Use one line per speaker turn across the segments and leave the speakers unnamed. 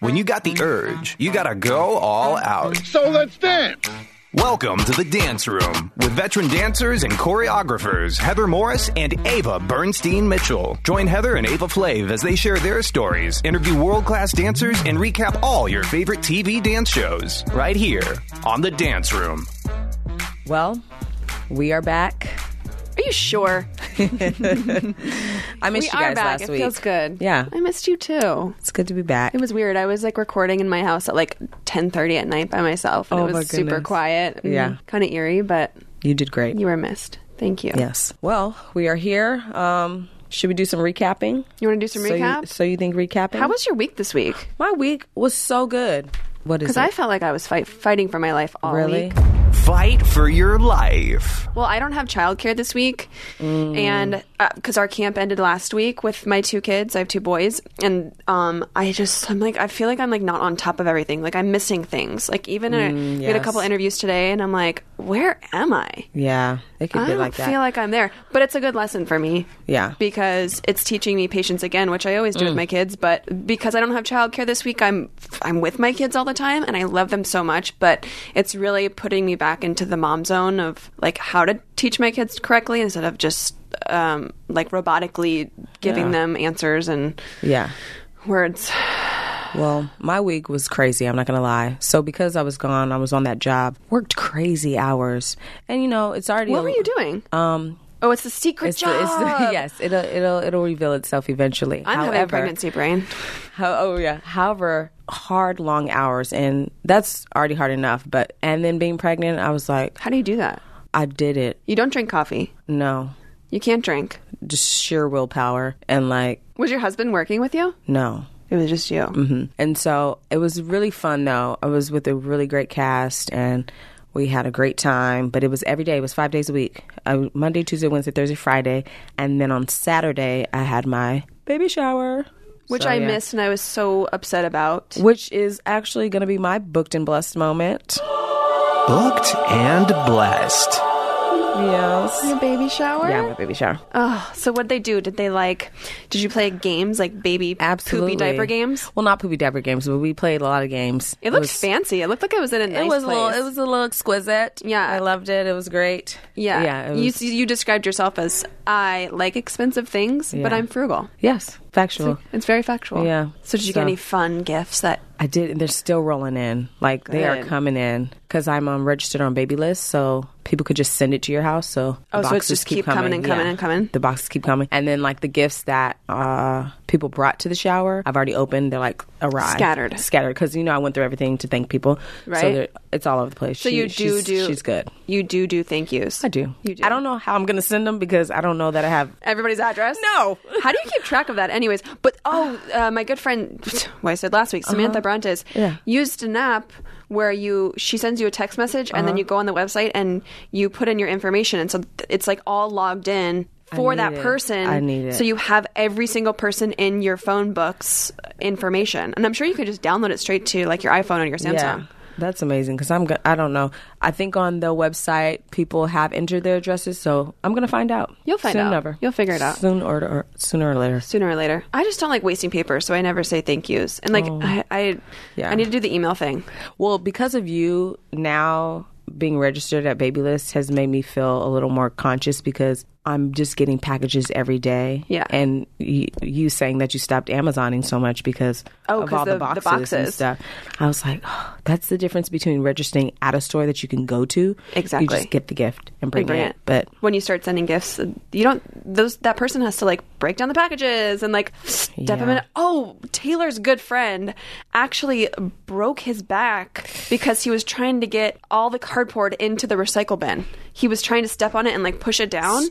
when you got the urge, you gotta go all out.
So let's dance.
Welcome to the Dance Room with veteran dancers and choreographers Heather Morris and Ava Bernstein Mitchell. Join Heather and Ava Flav as they share their stories, interview world class dancers, and recap all your favorite TV dance shows right here on the Dance Room.
Well, we are back.
Are you sure?
I missed
we
you guys
are back.
last
It
week.
feels good.
Yeah.
I missed you too.
It's good to be back.
It was weird. I was like recording in my house at like 10:30 at night by myself, and
Oh,
it
my
was super
goodness.
quiet. and
Yeah.
kind of eerie, but
you did great.
you were missed. Thank you.
yes. Well, we are here. Um, should we do some recapping?
You want to do some
So you- So you,
recap?
think recapping?
How was your week this week?
my week? Was so good. What is
Because
it?
I felt like I was fight, fighting for my life all
really?
week.
Fight for your life.
Well, I don't have childcare this week, and because our camp ended last week with my two kids, I have two boys, and um, I just I'm like I feel like I'm like not on top of everything. Like I'm missing things. Like even a, we had a
yes.
couple interviews today, and I'm like, where am I?
Yeah, it could
I
be
don't
like that.
feel like I'm there, but it's a good lesson for me.
Yeah. Mm.
because it's teaching me patience again, which I always do with my kids. But because I don't have childcare this week, I'm I'm with my kids all the time, and I love them so much. But it's really putting me back into the mom zone of like how to teach my kids correctly instead of just um, like robotically giving
Yeah.
them answers and
yeah.
words.
Well, my week was crazy, I'm not going to lie. So because I was gone, I was on that job. Worked crazy hours. And you know, it's already
What were you doing?
Um
oh, it's the secret
it's
job.
the, it's the, yes, it'll it'll it'll reveal itself eventually.
I'm
However,
having pregnancy brain.
How, oh yeah. However, hard long hours and that's already hard enough, but and then being pregnant, I was like,
How do you do that?
I did it.
You don't drink coffee.
No.
You can't drink.
Just sheer willpower and like
Was your husband working with you?
no. Mm-hmm.
It was just you.
And Mm, so it was really fun though. I was with a really great cast and we had a great time, but it was every day. It was five days a week uh, Monday, Tuesday, Wednesday, Thursday, Friday. And then on Saturday, I had my baby shower.
Which
So,
I
yeah.
missed and I was so upset about.
Which is actually going to be my booked and blessed moment.
Booked and blessed.
Yes.
baby shower?
Yeah, my baby shower.
Oh, so what'd they do? Did they like, did you play games like baby
Absolutely.
poopy diaper games?
Well, not poopy diaper games, but we played a lot of games.
It looked
was-
fancy. It looked like it was in a nice
It was a
place.
little. It was a little exquisite.
Yeah.
I loved it. It was great.
yeah.
yeah. it
You
was-
s you described yourself as I like expensive things, but
Yeah.
I'm frugal.
yes, factual.
It's very factual.
Yeah.
So did you
So-
get any fun gifts that
I did, and they're still rolling in. Like they are
Good.
coming in because I'm um, registered on Baby List, so people could just send it to your house. So the
Oh, so it's
boxes
just keep coming and coming and coming?
The boxes keep coming, and then like the gifts that uh, people brought to the shower, I've already opened. They're like arrived,
Scattered.
scattered. Because you know I went through everything to thank people, So
Right.
they're- it's all over the place.
So you do
she's,
do-
She's good.
you do do thank yous?
I do.
You do.
I don't know how I'm gonna send them because I don't know that I have.
everybody's address?
No.
How do you keep track of that, anyways? But oh, uh, my good friend, what I said last week, Samantha Brontes,
Uh-huh. Yeah.
used an app where you she sends you a text message and then
Uh-huh.
you go on the website and you put in your information, and so th- it's like all logged in for
need
that
it.
person.
I need it.
So you have every single person in your phone book's uh, information, and I'm sure you could just download it straight to like your iPhone or your Samsung.
Yeah. That's amazing because I'm. Go- I don't know. I think on the website people have entered their addresses, so I'm gonna find out.
You'll find
soon
out.
Or never.
You'll figure it out.
soon or, or sooner or later.
sooner or later. I just don't like wasting paper, so I never say thank yous. And like I, I,
Oh. Yeah.
I need to do the email thing.
Well, because of you now being registered at Babylist has made me feel a little more conscious because I'm just getting packages every day.
Yeah.
and you, you saying that you stopped Amazoning so much because
Oh,
of
'cause
all the,
of the
boxes and
boxes.
stuff. I was like, oh, that's the difference between registering at a store that you can go to.
Exactly.
you just get the gift and bring,
and bring
it.
it.
But
when you start sending gifts, you don't those that person has to like break down the packages and like step them
Yeah.
in. Oh, Taylor's good friend actually broke his back because he was trying to get all the cardboard into the recycle bin. He was trying to step on it and like push it down,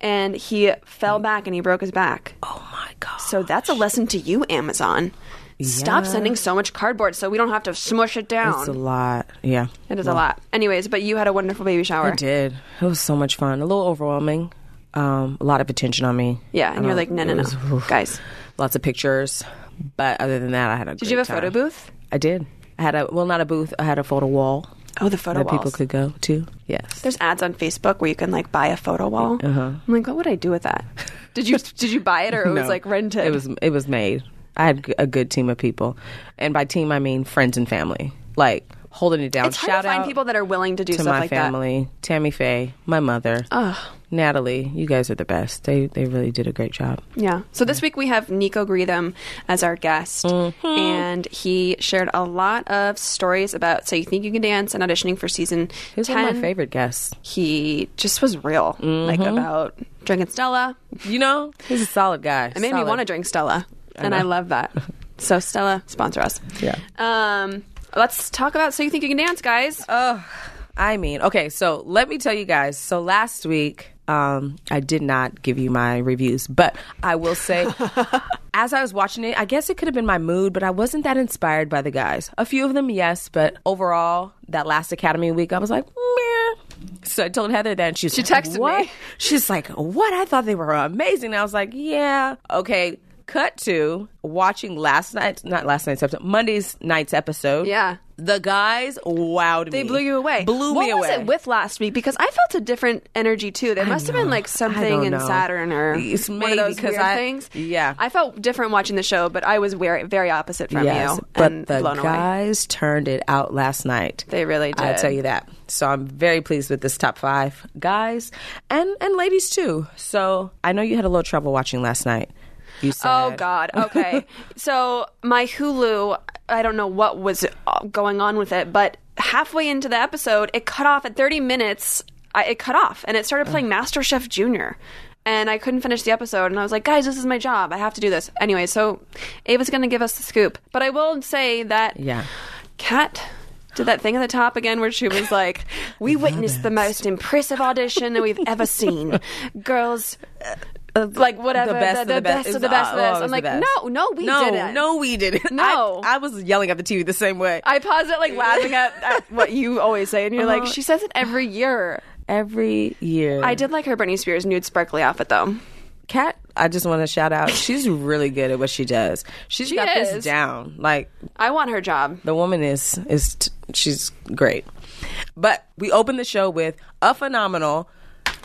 and he fell back and he broke his back.
oh my god.
So that's a lesson to you, Amazon. Stop
Yeah.
sending so much cardboard so we don't have to smush it
It's a
down.
lot. Yeah.
It is a lot. Anyways, but you had a wonderful baby shower.
I did. It was so much fun. A little overwhelming. Um, a lot of attention on me.
Yeah,
I
and you're
don't-
like, no, no,
it
no,
was- oof.
guys.
Lots of pictures. But other than that, I had a
Did you have a photo booth?
I did. I had a, well, not a booth. I had a photo wall
Oh, the photo
that
walls.
people could go to. Yes.
There's ads on Facebook where you can like buy a photo wall. I'm like, what would I do with that? Uh-huh. Did you did you buy it or it was
No.
like rented?
It was, it was made. I had g- a good team of people, and by team I mean friends and family, like holding it down.
It's hard
Shout
to find
out
people that are willing to do
to
stuff
my
like
family, Tammy Faye, my mother, Natalie. You guys are the best. They they really did a great job.
that. Yeah. So this week we have Nico Greetham as our guest, and he shared a lot of stories about "So You Think You Can Dance" and auditioning for season
He's
ten.
one of my favorite guests.
He just was real, like about drinking Stella.
You know, he's a solid guy.
It made me want to drink Stella, and I love that. So Stella, sponsor us.
Yeah.
Um, let's talk about "So You Think You Can Dance," guys.
I mean, okay, so let me tell you guys. So last week, um, I did not give you my reviews, but I will say, as I was watching it, I guess it could have been my mood, but I wasn't that inspired by the guys. A few of them, yes, but overall, that last Academy week, I was like, meh. So I told Heather that, and she was she
texted me.
what? She's like, what? I thought they were amazing. And I was like, yeah, okay. Cut to watching last night's, not last night's episode, Monday's night's episode.
Yeah.
The guys wowed me.
They blew you away.
Oh, Blew
what
me
was
away.
it with last week? Because I felt a different energy too. There must have been like
I
something
don't
in
know.
Saturn or
It's
one
maybe
of those
'cause
weird
I-
things.
yeah.
I felt different watching the show, but I was very, very opposite from
yes,
you
but
and
the
blown away.
guys turned it out last night.
They really did.
I tell you that. So I'm very pleased with this top five, guys, and and ladies too. So I know you had a little trouble watching last night. You said,
Oh God. Okay. so my Hulu, I don't know what was uh, going on with it, but halfway into the episode, it cut off at 30 minutes. I, it cut off, and it started
Mm.
playing MasterChef Junior. And I couldn't finish the episode, and I was like, "Guys, this is my job. I have to do this anyway." So, Ava's going to give us the scoop, but I will say that
Yeah.
Kat did that thing at the top again where she was like, "We witnessed the most impressive audition that we've ever seen, girls." uh, Like whatever,
The best, of the best,
of the best, of the
It was, uh, oh, it was
best. I'm
the
like,
best.
no, no, we
no,
didn't.
no, we didn't.
No.
I, I was yelling at the TV the same way.
I paused it, like laughing at, at what you always say, and you're like,
Uh-huh.
she says it every year.
Every year,
I did like her Britney Spears nude sparkly outfit though.
Kat, I just want to shout out. She's really good at what she does. She's
She
got
is.
this down. Like
I want her job.
The woman is is t- she's great. But we open the show with a phenomenal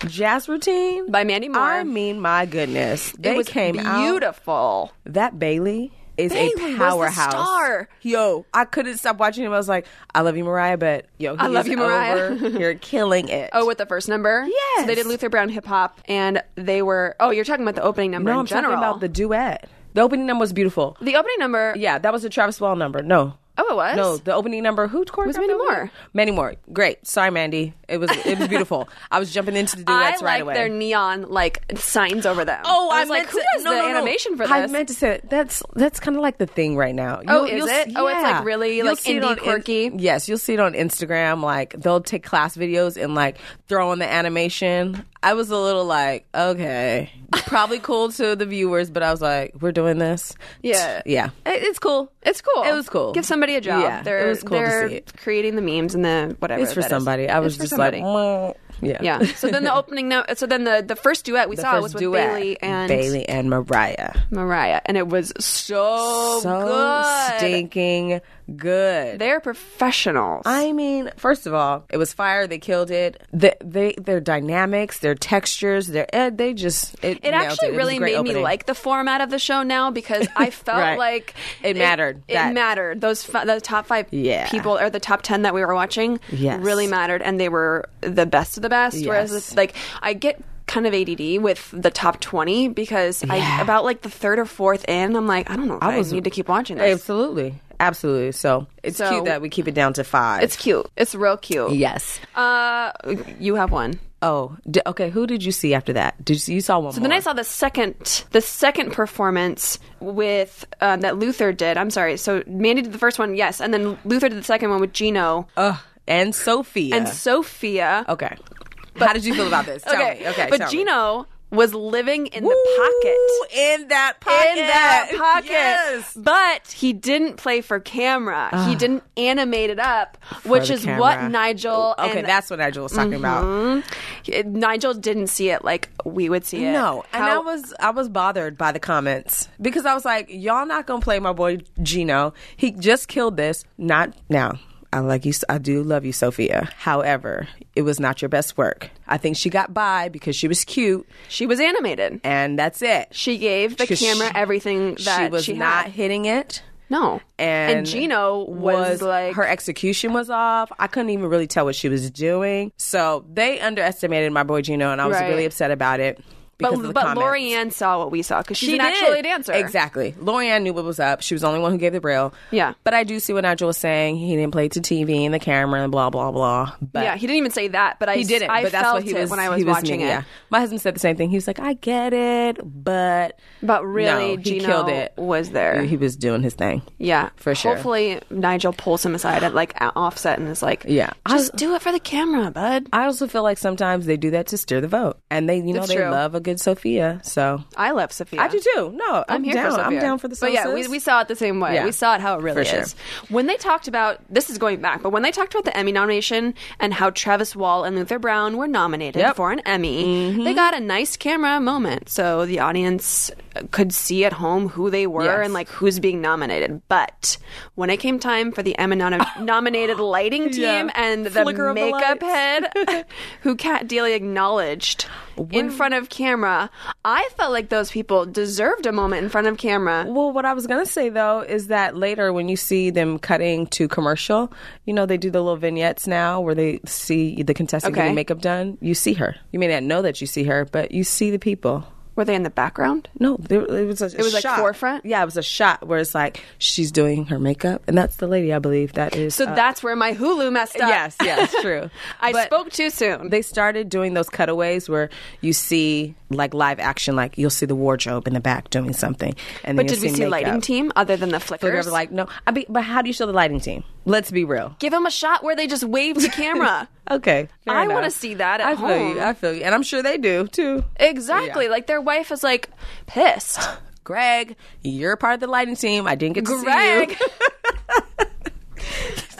jazz routine
By Mandy Moore.
I mean, my goodness, they
it was
came out.
beautiful.
That Bailey is
Bailey was
a
the
powerhouse.
star.
Yo, I couldn't stop watching him. I was like, I love you, Mariah, but yo, he
I love
is
you, Mariah.
over. You're killing it.
Oh, with the first number,
Yes.
So they did Luther Brown hip hop, and they were. Oh, you're talking about the opening number
no,
in
I'm
general.
talking about the duet. The opening number was beautiful.
The opening number,
Yeah, that was a Travis Wall number. No.
Oh, it was?
No, the opening number. Who choreographed
Mandy
the opening?
Moore.
Mandy Moore. Great. Sorry, Mandy. It was it was beautiful. I was jumping into the
I
duets
like
right away.
their neon like signs over them.
Oh,
I
I,
was like,
meant
who
to-
does
no,
the
no, no.
animation for this?
I meant to say that. that's that's kind of like the thing right now. You'll-
Oh, is
you'll
it?
see-
Oh, it's, like,
yeah.
really,
You'll
like,
see it
indie
on in-
quirky?
yes, you'll see it on Instagram. Like they'll take class videos and like throw in the animation. I was a little like, okay, probably cool to the viewers, but I was like, we're doing this.
Yeah.
yeah, It- it's cool.
It's cool.
It was cool.
Give somebody a job.
Yeah,
they're,
it was cool to
they're
see it.
creating the memes and the whatever.
It's for
that is.
somebody. I was
It's for
just
somebody.
like, "Mwah." yeah,
yeah. So then the opening. No- so then the the first duet we
The
saw
first
was with
duet,
Bailey and
Bailey and Mariah.
Mariah, and it was so,
so
Oh, good.
stinking good.
They're professionals.
I mean, first of all, it was fire. They killed it. The, they, their dynamics, their textures, their eh, they just it,
it
nailed
actually
it. It was a
really
great
made me
opening.
like the format of the show now because I felt
Right.
like
It mattered.
It,
That-
mattered. Those fi- the top five
Yeah.
people or the top ten that we were watching
Yes.
really mattered, and they were the best of the best. Whereas
Yes.
like I get kind of ADD with the top twenty because I about like the third or fourth in, I'm like I don't know. If I,
was-
need to keep watching this.
absolutely, absolutely. So it's
So-
cute that we keep it down to five.
It's cute. It's real cute.
yes.
Uh, you have one.
Oh, d- okay. Who did you see after that? Did you, see- you saw one?
So then I saw the second the second performance with um, that Luther did. I'm sorry. So Mandy did the first one, yes, and then Luther did the second one with Gino
and Sophia.
and Sophia.
okay. How did you feel about this? Oh, Tell
okay,
me. Okay.
but
tell me.
Gino was living in the
Ooh,
pocket.
in that pocket.
In that pocket,
Yes. Ah.
but he didn't play for camera. he didn't animate it up, which
the
is what
camera.
Nigel
Okay,
and
that's what Nigel was talking about.
Nigel didn't see it like we would see it.
No, and
How-
I was I was bothered by the comments because I was like, y'all not gonna play my boy Gino. He just killed this. Not now. I like you. I do love you, Sophia. However, it was not your best work. I think she got by because she was cute,
She was animated.
and that's it.
She gave the
'Cause
camera
she-
everything that
she was
she
not
had.
hitting it.
No.
And,
Gino was, like
her execution was off. I couldn't even really tell what she was doing. So they underestimated my boy Gino, and I was
Right.
really upset about it.
But
Because of the
but
comments.
Lorianne saw what we saw because she's
She
an actually a
did.
dancer.
Exactly. Lorianne knew what was up. She was the only one who gave the braille.
Yeah.
But I do see what Nigel was saying. He didn't play to TV and the camera and blah blah blah. But
Yeah, he didn't even say that, but I
he didn't.
I
but that's
felt
what he
it
was
when I was,
he was
watching
meaning,
it.
yeah. My husband said the same thing. He was like, "I get it, but
But really,
no, he
Gino
killed it.
was there.
He was doing his thing.
yeah,
for sure.
Hopefully, Nigel pulls him aside at like at Offset and is like,
Yeah. I-
just do it for the camera, bud."
I also feel like sometimes they do that to steer the vote, and they you know
That's
they
true.
love a good Sophia. So
I love Sophia.
I do too. No, I'm,
I'm here
down.
for Sophia.
I'm down for the.
But yeah, we,
sources.
we saw it the same way.
Yeah.
We saw it how it
For
really
sure.
is. When they talked about this is going back, but when they talked about the Emmy nomination and how Travis Wall and Luther Brown were nominated
Yep. Mm-hmm.
for an Emmy, they got a nice camera moment, so the audience could see at home who they were
Yes.
and like who's being nominated. But when it came time for the Emmy nom- nominated lighting team
Yeah.
and the
Flicker of the
makeup
lights.
head, who Kat Daly acknowledged. In front of camera, I felt like those people deserved a moment in front of camera.
Well, what I was gonna say though is that later when you see them cutting to commercial, you know they do the little vignettes now where they see the contestant
Okay.
getting makeup done. You see her. You may not know that you see her, but you see the people.
Were they in the background?
No, there, it was a it
was, like, forefront?
Yeah, it was a shot where it's like she's doing her makeup, and that's the lady I believe that is.
So
uh,
that's where my Hulu messed up.
yes, yes, true.
I
But-
spoke too soon.
they started doing those cutaways where you see like live action, like you'll see the wardrobe in the back doing something. And then
but
you'll
did we see
makeup.
lighting team other than the flickers?
But they're like, no. I be, but how do you show the lighting team? Let's be real.
Give them a shot where they just wave the camera.
Okay, fair
I
enough.
wanna see that at
I feel
home.
you. I feel you, and I'm sure they do too.
exactly. Like their wife is like pissed.
Greg, you're part of the lighting team. I didn't get to see
Greg.
you.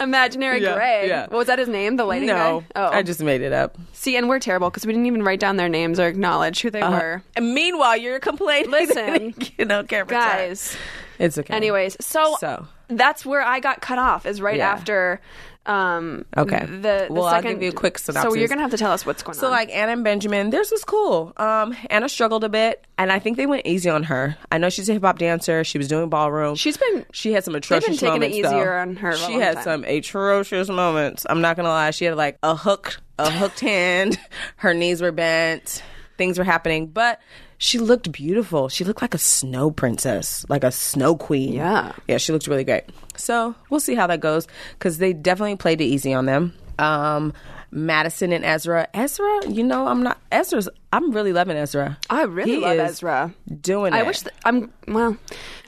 Imaginary
Yeah,
Greg.
yeah.
Was that his name? The lighting
No,
guy? Oh.
I just made it up.
See, and we're terrible because we didn't even write down their names or acknowledge who they
Uh-huh.
were.
And meanwhile, you're complaining.
Listen,
you know, camera time.
Guys.
It's okay.
Anyways, so,
So.
that's where I got cut off is right
Yeah.
after um
Okay.
th- the, the
Well, I'll
second
give you a quick
So you're
synopsis.
going to have to tell us what's going
So
on.
like Anna and Benjamin, theirs was cool. Um, Anna struggled a bit, and I think they went easy on her. I know she's a hip hop dancer. She was doing ballroom.
She's been-
she had some
been
atrocious
taking it
moments.
easier
though.
on her a
She
long
had
time.
some atrocious moments. I'm not gonna lie. She had like a hook, a hooked hand. Her knees were bent. Things were happening, but she looked beautiful. She looked like a snow princess, like a snow queen.
Yeah.
Yeah, she looked really great. So we'll see how that goes because they definitely played it easy on them. Um, Madison and Ezra. Ezra, you know, I'm not Ezra's. I'm really loving Ezra.
I really
He
love
is
Ezra.
Doing.
I
it.
wish th- I'm well.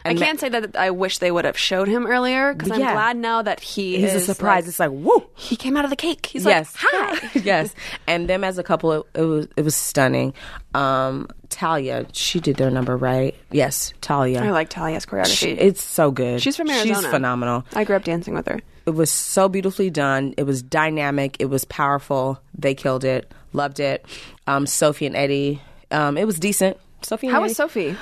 I
And Ma-
can't say that I wish they would have showed him earlier because I'm
Yeah.
glad now that he
he's a
is,
surprise.
like-
it's like whoa.
he came out of the cake. He's
yes.
like, "Hi."
yes. And them as a couple, it, it was it was stunning. Um, Talia, she did their number right. Yes, Talia.
I like Talia's
She-
choreography.
it's so good.
She's from Arizona.
She's phenomenal.
I grew up dancing with her.
It was so beautifully done. It was dynamic. It was powerful. They killed it. Loved it. Um, Sophie and Eddie. Um, it was decent. Sophie. And
How
Eddie.
was Sophie?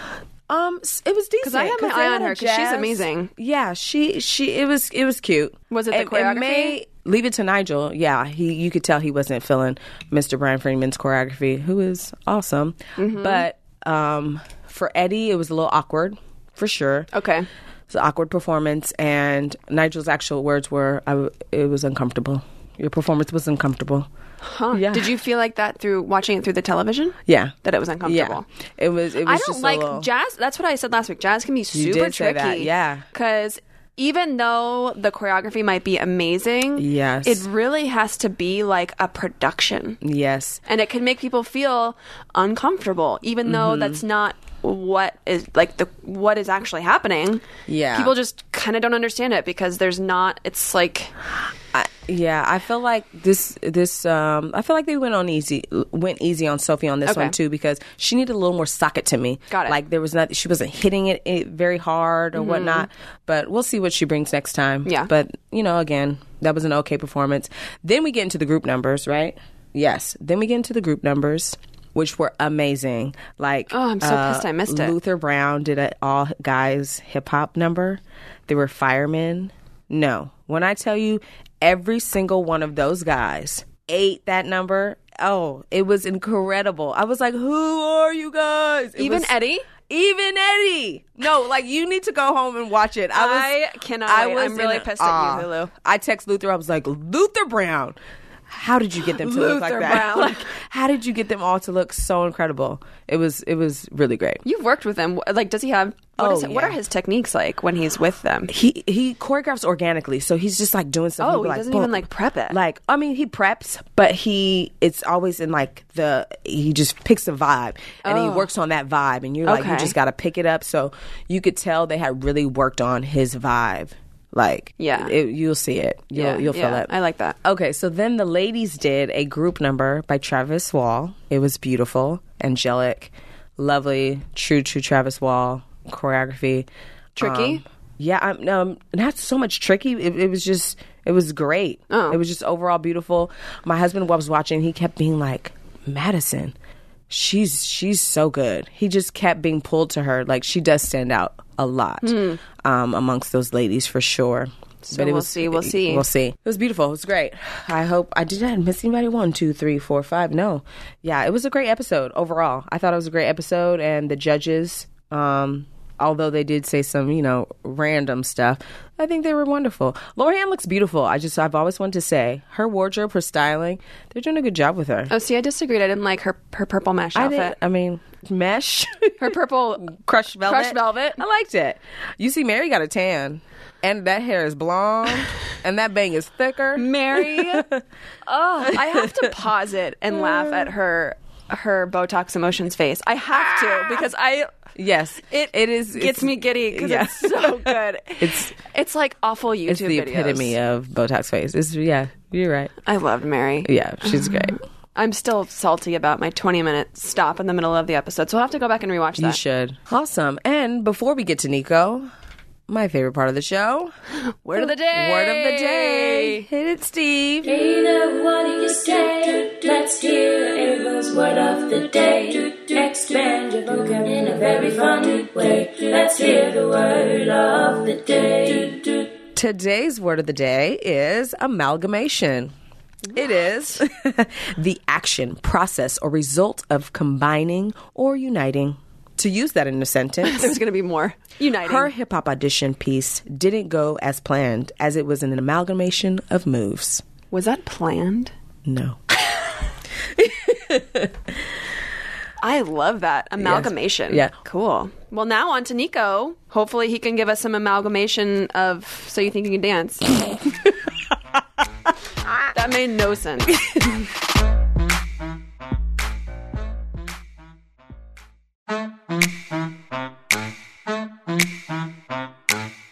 Um, s- it was decent.
'Cause I have my
they
eye on
had a
her 'cause she's
jazz-
amazing.
Yeah, she she. It was it was cute.
Was it the choreography?
may- leave it to Nigel. Yeah, he you could tell he wasn't feeling Mr. Brian Freeman's choreography, who is awesome.
Mm-hmm.
But um, for Eddie, it was a little awkward for sure.
Okay.
It's an awkward performance, and Nigel's actual words were, I w "It was uncomfortable. Your performance was uncomfortable."
Huh.
Yeah.
Did you feel like that through watching it through the television?
Yeah,
That it was uncomfortable.
Yeah, it was. It was
I
just
don't
a
like
little-
jazz. That's what I said last week. Jazz can be super
did say
tricky.
that, yeah.
Because even though the choreography might be amazing,
Yes.
it really has to be like a production.
Yes,
And it can make people feel uncomfortable, even though
Mm-hmm.
that's not what is like the what is actually happening.
Yeah.
People just kind of don't understand it because there's not it's like
I, yeah, I feel like this this um I feel like they went on easy went easy on Sophie on this
Okay.
one too because she needed a little more socket to me.
Got it. Mm-hmm.
Like there was not she wasn't hitting it, it very hard or whatnot. But we'll see what she brings next time.
Yeah.
But you know, again, that was an okay performance. Then we get into the group numbers, right? Yes. Then we get into the group numbers. Which were amazing. Like, uh,
Oh, I'm so pissed I missed it.
Luther Brown did an all guys hip hop number. There were firemen. No. When I tell you every single one of those guys ate that number, oh, it was incredible. I was like, who are you guys? It
Even
was-
Eddie?
Even Eddie. No, like you need to go home and watch it. I, was,
I cannot wait. I'm
in
really
a-
pissed at
aw.
you, Hulu.
I text Luther. I was like, Luther Brown. How did you get them to look like
Luther
that?
Brown.
Like, how did you get them all to look so incredible? It was it was really great.
You've worked with him. Wh- Like, does he have? What,
Oh,
is- what
yeah.
are his techniques like when he's with them?
he he choreographs organically, so he's just like doing something.
Oh, he doesn't even, like, prep it.
Like I mean, he preps, but he it's always in like the he just picks a vibe and he works on that vibe, and you're like you
Oh. Okay.
just got to pick it up. So you could tell they had really worked on his vibe. Like
Yeah.
it, you'll see it. You'll
Yeah,
you'll feel
yeah,
it.
I like that.
Okay, so then the ladies did a group number by Travis Wall. It was beautiful, angelic, lovely, true, true Travis Wall choreography.
Tricky?
Um, yeah, I'm, no, I'm- not so much tricky. It, it was just, it was great.
Oh.
It was just overall beautiful. My husband was watching. He kept being like, Madison, she's she's so good. He just kept being pulled to her. Like she does stand out a lot
Hmm.
um, amongst those ladies for sure. So
we'll see, we'll see.
We'll see. It was beautiful. It was great. I hope I did not miss anybody. One, two, three, four, five. No, yeah, it was a great episode overall. I thought it was a great episode, and the judges, um, although they did say some you know random stuff, I think they were wonderful. Lorianne looks beautiful. I just I've always wanted to say her wardrobe, her styling, they're doing a good job with her.
Oh, see, I disagreed. I didn't like her her purple mesh
I,
outfit.
did, I mean, mesh.
her purple
crushed velvet.
Crushed velvet.
I liked it. You see, Mary got a tan, and that hair is blonde, and that bang is thicker.
Mary. oh, I have to pause it and laugh at her her Botox emotions face. I have to because I
Yes,
it
Ah! it is it's-
gets me giddy because
yeah.
it's so good. it's it's like awful YouTube
It's the
videos.
epitome of Botox face. It's yeah, you're right.
I loved Mary.
Yeah, she's great.
I'm still salty about my 20 minute stop in the middle of the episode, so I'll have to go back and rewatch
You
that.
should. Awesome. And before we get to Nico, my favorite part of the show,
Word of the day.
word of the day. Hit it, Steve.
Either one you say. Let's hear Abel's word of the day. Expand your vocab in a very fun way. Let's hear the word of the day.
Today's word of the day is amalgamation. It is the action, process, or result of combining or uniting. To use that in a sentence,
There's going to be more. Uniting.
Her hip hop audition piece didn't go as planned, as it was an amalgamation of moves.
Was that planned?
No.
I love that amalgamation.
Yeah.
cool. Well, now on to Nico. Hopefully, he can give us some amalgamation of "So You Think You Can Dance." that made no sense.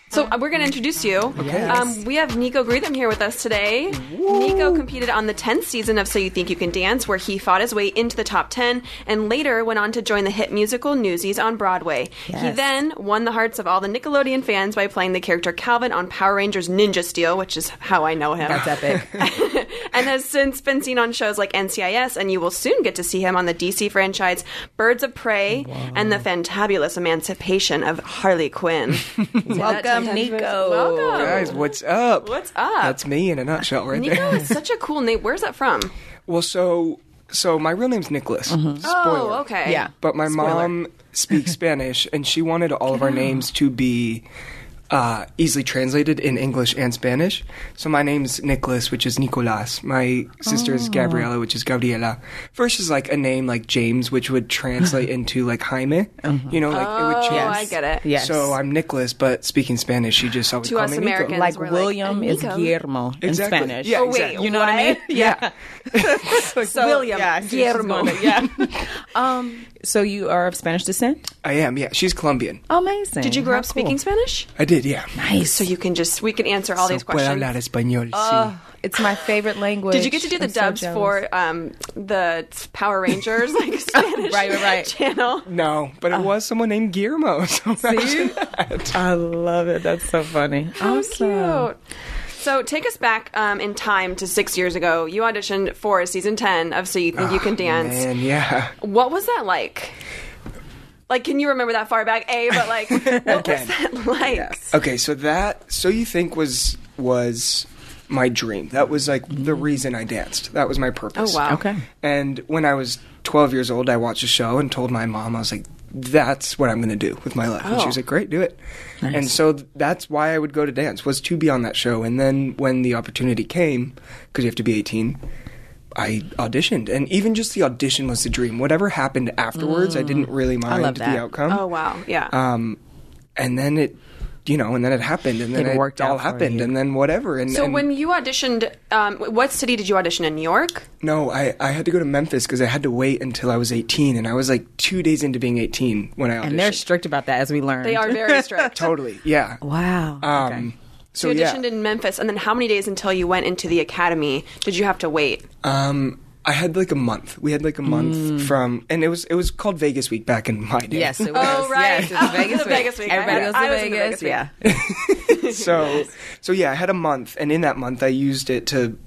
So uh, we're going to introduce you. Um, we have Nico Greetham here with us today. Nico competed on the 10th season of So You Think You Can Dance, where he fought his way into the top 10 and later went on to join the hit musical Newsies on Broadway. He
Yes.
then won the hearts of all the Nickelodeon fans by playing the character Calvin on Power Rangers Ninja Steel, which is how I know him.
That's epic.
and has since been seen on shows like NCIS, and you will soon get to see him on the DC franchise Birds of Prey and the fantabulous emancipation of Harley Quinn. Say that
Welcome,
10 times
Nico.
fast. Welcome.
Guys, what's up?
What's up?
That's me in a nutshell right
Nico
there.
is such a cool name. Where's that from?
Well, so so my real name's Nicholas. Spoiler.
Oh, okay.
Yeah.
But my mom speaks Spanish, and she wanted all of our names to be uh, easily translated in English and Spanish. So my name's Nicholas, which is Nicolas. My
Oh.
sister's Gabriela, which is Gabriela. First is like a name like James, which would translate into like Jaime. You know, like it would change.
Mm-hmm. Oh, I get it.
Yes.
So I'm Nicholas, but speaking Spanish, she just always
To
called
us
me
Americans,
Nico.
Like
like
we're like,
William is
Nico.
Guillermo
Exactly.
in Spanish.
Yeah,
Oh, wait.
exactly.
You know what I mean?
Yeah.
So,
William.
yeah, she's
Guillermo.
going to- yeah. um, so you are of Spanish descent?
I am, yeah. She's Colombian.
Amazing.
Did you grow up speaking Spanish?
I did, yeah.
Nice.
So you can just we can answer all these
puedo
questions. Ah.
hablar español, sí.
it's my favorite language.
Did you get to do the
I'm so
dubs
jealous.
for um, the Power Rangers like Spanish
Right, right, right.
channel?
No, but
Ah.
it was someone named Guillermo. So imagine that.
I love it. That's so funny.
How
awesome.
Oh, cute. So take us back um, in time to six years ago. You auditioned for season ten of So You Think You Can Dance.
Ah, Man, yeah.
What was that like? Like, can you remember that far back? A, but like, what
Okay.
was that like?
Okay, so that So You Think was was my dream. That was like the reason I danced. That was my purpose.
Mm-hmm. Oh, wow.
Okay.
And when I was 12 years old, I watched a show and told my mom, I was like, that's what I'm going to do with my life. And
Oh.
she was like, great, do it. And so th- that's why I would go to dance, was to be on that show. And then when the opportunity came, because you have to be 18, I auditioned. And even just the audition was the dream. Whatever happened afterwards, I didn't really mind
Mm. love that.
the outcome.
Oh wow. Yeah.
Um, and then it, you know, and then it happened. And then
It
it,
worked out
all
for
happened.
you.
And then whatever. And,
so
and-
when you auditioned, um, what city did you audition in? New York.
No, I, I had to go to Memphis because I had to wait until I was 18, and I was like two days into being 18 when I auditioned.
And they're strict about that, as we learned.
They are very strict.
totally, yeah.
Wow.
Um,
okay.
So
You
yeah,
auditioned in Memphis, and then how many days until you went into the academy did you have to wait?
um, I had like a month. We had like a month
Mm.
from, and it was it was called Vegas Week back in my day.
Yes, it was.
Oh, right.
Yes, it was
Oh,
Vegas,
the
week.
Vegas week. I
Everybody
was-
goes to
I was in the
Vegas.
Vegas
Yeah.
week.
so so yeah, I had a month, and in that month, I used it to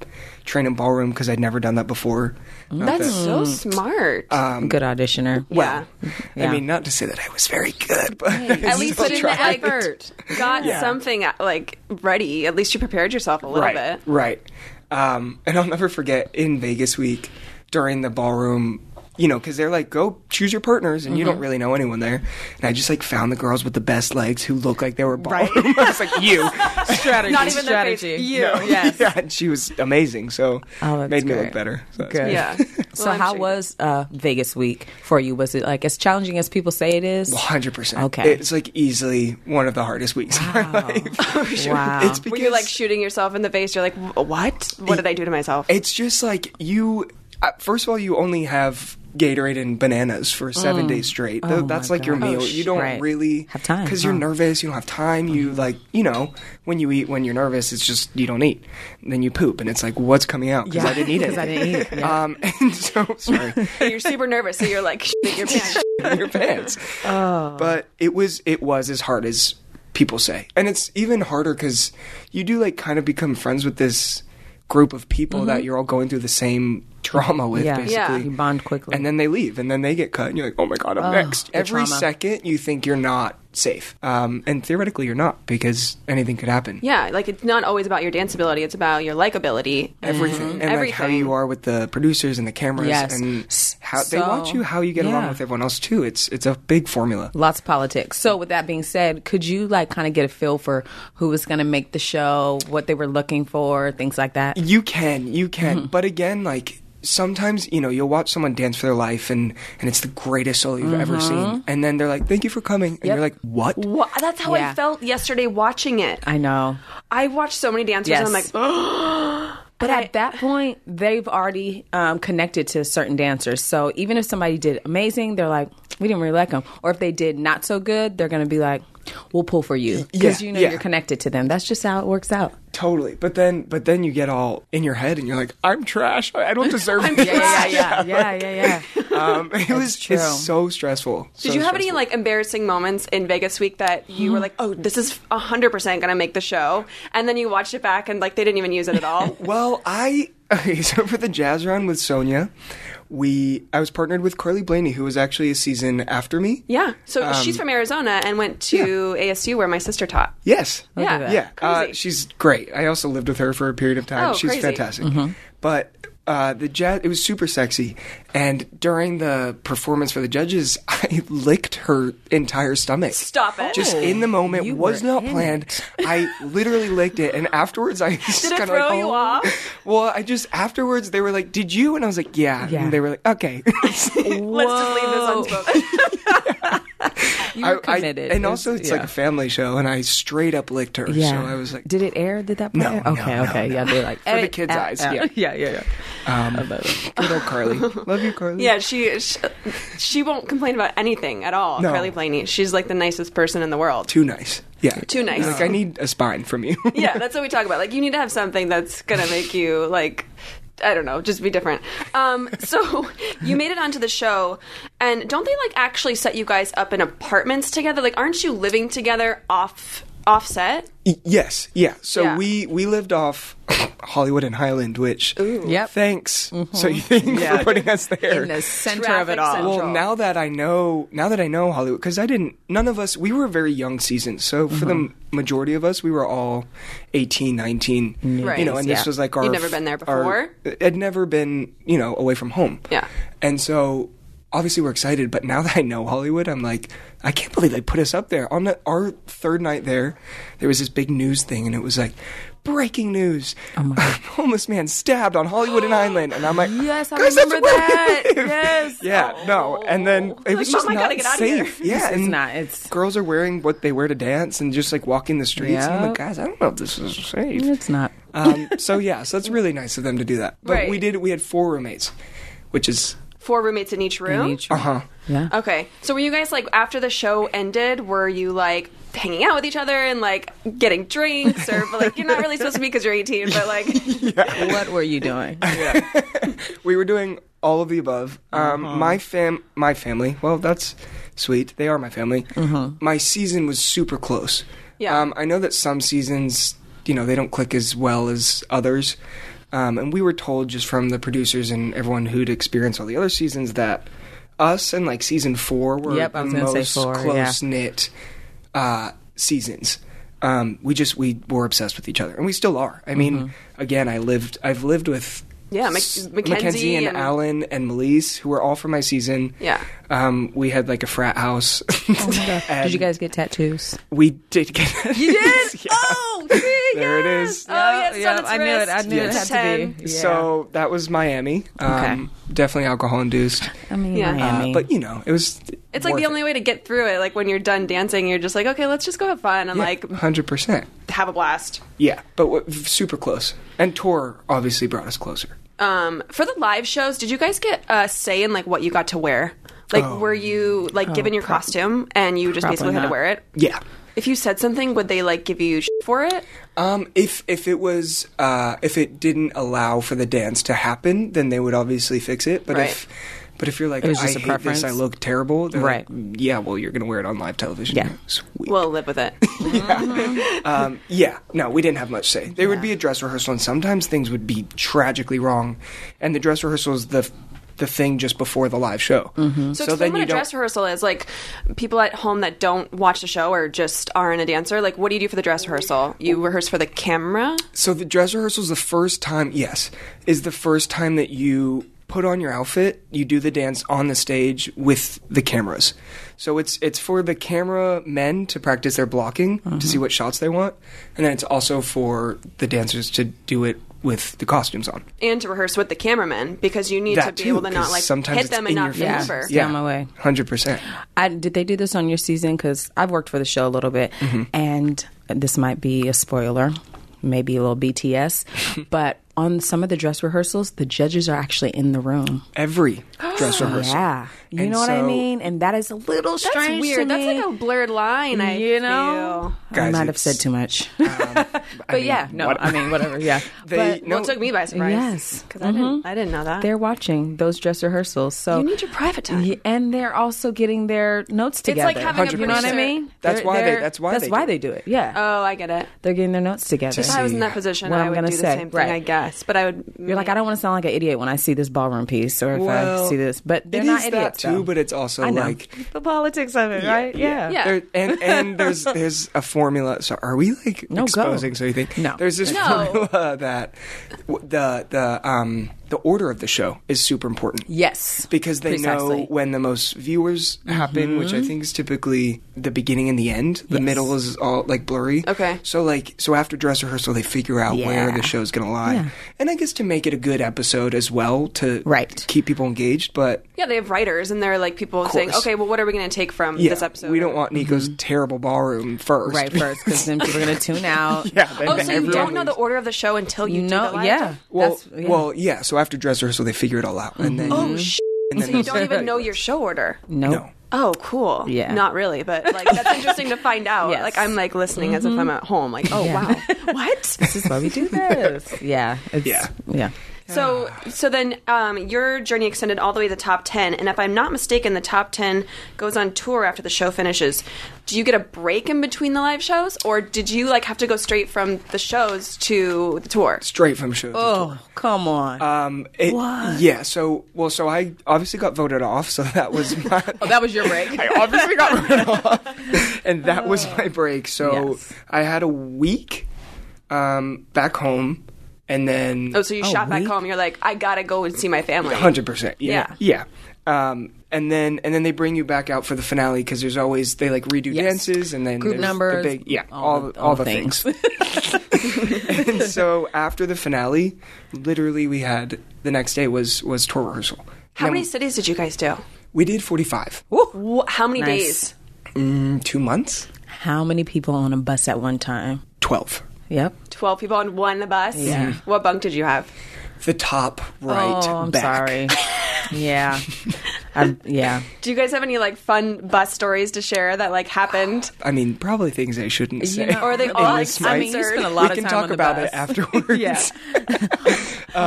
train in ballroom because I'd never done that before. Not
That's
that-
so smart.
Uh,
Good auditioner.
yeah.
yeah.
I mean, not to say that I was very good, but
At least
still
put in the
tried.
effort. Got something uh, like ready. At least you prepared yourself a little
right,
bit.
Right. Um, and I'll never forget in Vegas week during the ballroom, you know, because they're like, go choose your partners, and you don't really know anyone there. And I just like found the girls with the best legs who looked like they were ballroom. I was like, you.
strategy.
Not even their face.
strategy.
You.
Yes.
yeah, and she was amazing. So
Oh, that's
made me
great.
look better. So that's
Good.
Yeah.
So
Well, I'm
how
sure-
was uh, Vegas week for you? Was it like as challenging as people say it is?
Hundred percent.
Okay.
It's like easily one of the hardest weeks of my life.
Wow.
It's
Were
because
you like shooting yourself in the face? You're like, "Wh- what? What did I do to myself?
It's just like you. Uh, first of all, you only have Gatorade and bananas for seven days straight. Th-
my
that's like your
God.
meal.
Mm. Oh,
you
shit.
don't
Right.
really
Have time,
because you're
huh? Mm-hmm.
nervous. You don't have time. You like you know when you eat when you're nervous. It's just you don't eat. And then you poop, and it's like what's coming out because I didn't eat it.
Because I didn't eat. Yeah.
Um, and so sorry.
And you're super nervous, so you're like, shitting your pants.
in your pants.
Oh.
But it was it was as hard as people say, and it's even harder because you do like kind of become friends with this group of people that you're all going through the same trauma with,
Mm-hmm. Yeah.
basically.
Yeah.
You bond quickly.
and then they leave, and then they get cut, and you're like, oh my god, I'm next.
the
Every
trauma.
second you think you're not safe, um, and theoretically you're not because anything could happen.
Yeah, like it's not always about your dance ability; it's about your likability.
Everything and like how
Everything.
you are with the producers and the cameras
Mm-hmm. Yes.
and
S-
how they
so-
watch you, how you get along
yeah.
with everyone else too. It's it's a big formula.
Lots of politics. So, with that being said, could you like kind of get a feel for who was going to make the show, what they were looking for, things like that?
You can, you can.
Mm-hmm.
But again, like sometimes you know you'll watch someone dance for their life and and it's the greatest solo you've
Mm-hmm.
ever seen, and then they're like, "Thank you for coming," and you're like, "What?"
Wha- that's how
Yeah.
I felt yesterday watching it.
I know.
I watched so many dancers, and I'm like,
Yes.
but
But
I,
at that point, they've already um, connected to certain dancers. So even if somebody did amazing, they're like, we didn't really like them. Or if they did not so good, they're going to be like, we'll pull for you because
Yeah,
you know
yeah.
you're connected to them. That's just how it works out.
Totally. But then but then you get all in your head and you're like, "I'm trash. I I don't deserve this."
Yeah, yeah, yeah, yeah, yeah.
Um, it was
true.
it's so stressful.
did you have any like embarrassing moments in Vegas week that you
Mm-hmm.
were like, oh, this is 100 percent gonna make the show, and then you watched it back and like they didn't even use it at all?
Well, I okay. So for the jazz round with Sonia, we I was partnered with Carly Blaney, who was actually a season after me.
yeah, so she's
Um,
from Arizona and went to ASU where my sister taught.
Yes.
Yeah.
at that.
Yeah, uh,
Crazy.
she's great. I also lived with her for a period of time.
Oh,
she's
crazy.
fantastic.
Mm-hmm.
But uh, the jazz, it was super sexy. And during the performance for the judges, I licked her entire stomach.
Stop it.
Just in the moment,
you
was
were
not
in
planned. I literally licked it, and afterwards, I just
Did it
kind of
throw
like,
you
oh.
off?
Well, I just afterwards they were like, "Did you?" And I was like, "Yeah."
Yeah.
And they were like, "Okay."
Let's just leave this
Whoa.
unspoken.
You
I-
were
I-
committed.
and also, it's like a family show, and I straight up licked her. So I was like,
did it air? Did that? Part
No,
air?
no,
Okay,
no,
okay,
no.
yeah. They're like
For the
"Hey,
kids'
ah,
eyes,
ah."
yeah. Um,
yeah, yeah, yeah. I love it.
"Good old Carly, love you, Carly."
Yeah, she, she she won't complain about anything at all.
No.
Carly Blaney, she's like the nicest person in the world.
too nice. Yeah.
Too nice.
Like I need a spine from you.
yeah, that's what we talk about. Like, you need to have something that's gonna make you like, I don't know, just be different. Um, so you made it onto the show, and don't they like actually set you guys up in apartments together? Like, aren't you living together off offset?
Y- yes. Yeah. So
Yeah.
we we lived off Hollywood and Highland, which
Yep.
thanks. So you think
Yeah.
for putting us there.
in the center of
Traffic
it all.
center.
well, now that I know, now that I know Hollywood, because I didn't. None of us. We were a very young season, so for the m-
Mm-hmm.
majority of us, we were all 18, 19.
Right.
Mm-hmm.
You know, and
Yeah.
this was like our.
You'd never been there
our- I'd never been, you know, away from home.
Yeah.
And so, obviously, we're excited. But now that I know Hollywood, I'm like, I can't believe they put us up there. On the, our third night there, there was this big news thing, and it was like. Breaking news! Oh my God. homeless man stabbed on Hollywood and Island, and I'm like,
Yes, I
"Guys, that's
remember
where we
that.
live."
Yes.
yeah, no, and then it was
Oh. Mom,
just
I
not
gotta get outta here.
safe. Yeah,
It's
and
not. It's
girls are wearing what they wear to dance and just like walking the streets. And I'm
Yep.
like, guys, I don't know if this is safe.
it's not.
um, so yeah, so that's really nice of them to do that. But we
Right.
did. We had four roommates, which is
Four roommates in each room.
each room.
huh.
Yeah.
Okay. So were you guys like after the show ended? Were you like hanging out with each other and like getting drinks or but, like you're not really supposed to be because you're 18, but like
What were you doing?
We were doing all of the above. Um,
Uh-huh.
My fam, my family. Well, that's sweet. They are my family.
Mm-hmm.
My season was super close.
Yeah.
Um, I know that some seasons, you know, they don't click as well as others. Um, and we were told just from the producers and everyone who'd experienced all the other seasons that us and like season four were
Yep, I
the
was gonna
most
say four, yeah.
close knit uh, seasons. Um, we just we were obsessed with each other, and we still are. I mean, again, I lived I've lived with
Mm-hmm. Yeah, Mac-
s-
Mackenzie
Mackenzie and,
and-
Alan and Melise, who were all from my season.
Yeah. Oh
um, we had like a frat house. And
Did you guys get tattoos?
We did get. You
did? Oh, see,
there it is.
Oh,
yeah, it's on its
I knew it. I
wrist.
knew
Yes.
it had to be. Yeah.
So that was Miami. Um, Definitely alcohol induced, Uh,
I mean,
Yeah.
Miami.
but you know it was.
it's like the only way to get through it. Like when you're done dancing, you're just like, okay, let's just go have fun and like
hundred percent.
have a blast.
Yeah, but w- super close. And tour obviously brought us closer.
Um, for the live shows, did you guys get a say in like what you got to wear? Like, were you like given your costume and you just
Oh. probably
basically had to
not.
wear it?
Yeah.
If you said something, would they like give you shit for it?
Um, if if it was uh, if it didn't allow for the dance to happen, then they would obviously fix it. But
Right.
if but if you're like,
was
I
just a
hate this, I
preference.
look terrible. they're
Right.
like, yeah. Well, you're gonna wear it on live television.
Yeah.
Sweet.
We'll live with it.
Um, yeah. No, we didn't have much say. There would be a dress rehearsal, and sometimes things would be tragically wrong. And the dress rehearsal is the the thing just before the live show. Mm-hmm.
So, explain what a dress rehearsal is. Like people at home that don't watch the show or just aren't a dancer. Like, what do you do for the dress rehearsal? You rehearse for the camera.
So the dress rehearsal is the first time. Yes, is the first time that you put on your outfit. You do the dance on the stage with the cameras. So it's it's for the camera men to practice their blocking to
Uh-huh.
see what shots they want, and then it's also for the dancers to do it with the costumes on.
and to rehearse with the cameraman because you need
That
to be
too,
able to not
'cause
like
sometimes
hit
it's
them and
in
not
your face.
remember.
Yeah. Down my way.
Hundred percent.
I, did they do this on your season? Because I've worked for the show a little bit,
Mm-hmm.
and this might be a spoiler, maybe a little BTS, but on some of the dress rehearsals, the judges are actually in the room.
Every dress rehearsal.
Yeah, you
And
know what I
so-
mean. And that is a little
That's
strange. to
weird. That's
me.
like a blurred line. I
you know. I
Guys,
might have
it's- um,
said too much,
I
but
mean,
yeah, no,
what-
I mean whatever. Yeah,
They-
but
Feel. Well, it took me by surprise.
Yes. Mm-hmm.
because I didn't. I didn't know that.
they're watching those dress rehearsals. So
you need your private time.
Yeah, and they're also getting their notes
It's
together.
like having a
Hundred
you know what I
percent.
mean?
That's
They're-
why they-
they're-
that's why
That's
they
why
do
they do it. Yeah,
Oh, I get it.
they're getting their notes together.
If I was in that position,
What
I
I'm
would
gonna
do the
say,
same
right.
thing, I guess. But I would.
You're like, I don't want to sound like an idiot when I see this ballroom piece or if I
Well,
see this, but they're
it
not
is that
idiots
too,
though.
but it's also
I know.
like
the politics of it, right? Yeah.
Yeah.
There, and and there's there's a formula. So are we like
No, go.
exposing? So you think
No.
There's this
No.
formula that w- the the um the order of the show is super important.
Yes.
Because they
Precisely. Mm-hmm.
know when the most viewers happen, which I think is typically the beginning and the end. The
Yes.
middle is all like blurry.
Okay.
So like so after dress rehearsal, they figure out where
Yeah.
the show's going to lie,
Yeah.
and I guess to make it a good episode as well to
Right.
keep people engaged. But
Yeah, they have writers, and they're like people saying,
course.
"Okay, well, what are we going to take from
yeah,
this episode?"
we don't want Nico's terrible ballroom first.
Mm-hmm. Right first, because then people are going to tune out.
yeah. then
Oh, so you
everyone
don't know
leaves.
the order of the show until you
You
do the
know,
live
yeah.
Well,
That's- yeah. Mm-hmm.
well, yeah. So after dress rehearsal, they figure it all out, and then
Oh, sh-
and
so
then
you don't even know your show order.
nope.
no.
Oh, cool.
Yeah.
Not really, but like that's interesting to find out.
Yes.
Like I'm like listening as if I'm at home. Like, oh wow, what?
This is why we do this. yeah. It's,
Yeah.
Yeah.
So so then um, your journey extended all the way to the top ten, and if I'm not mistaken, the top ten goes on tour after the show finishes. Do you get a break in between the live shows, or did you like have to go straight from the shows to the tour?
Straight from show. to
Oh, come on.
Um, it, Yeah. So well, so I obviously got voted off. So that was my.
Oh, that was your break.
I obviously got voted off, and that was my break. So
Oh. Yes.
I had a week um, back home, and then
Oh, so you shot back
week?
home. You're like, I gotta go and see my family.
hundred percent. Yeah. Yeah. Um, and then and then they bring you back out for the finale because there's always they like redo
Yes.
dances and then
Group
there's
numbers,
the big, yeah,
all
all
the-
the,
all
all the
things.
things. and so after the finale, literally we had the next day was was tour rehearsal.
How
Then
many cities did you guys do?
We did 45.
Wh- How many
Nice.
days?
Mm, two months?
How many people on a bus at one time?
12.
Yep.
Twelve people on one bus. Yeah.
Mm-hmm.
What bunk did you have?
The top right
oh, I'm
back.
sorry. yeah. i yeah.
Do you guys have any like fun bus stories to share that like happened?
I mean, probably things I shouldn't say.
know,
Or are they
in
all
this,
like
right?
I mean, you
sponsored?
spent a lot
we
of
can
time
talk
on the
about
bus.
it afterwards.
Yeah.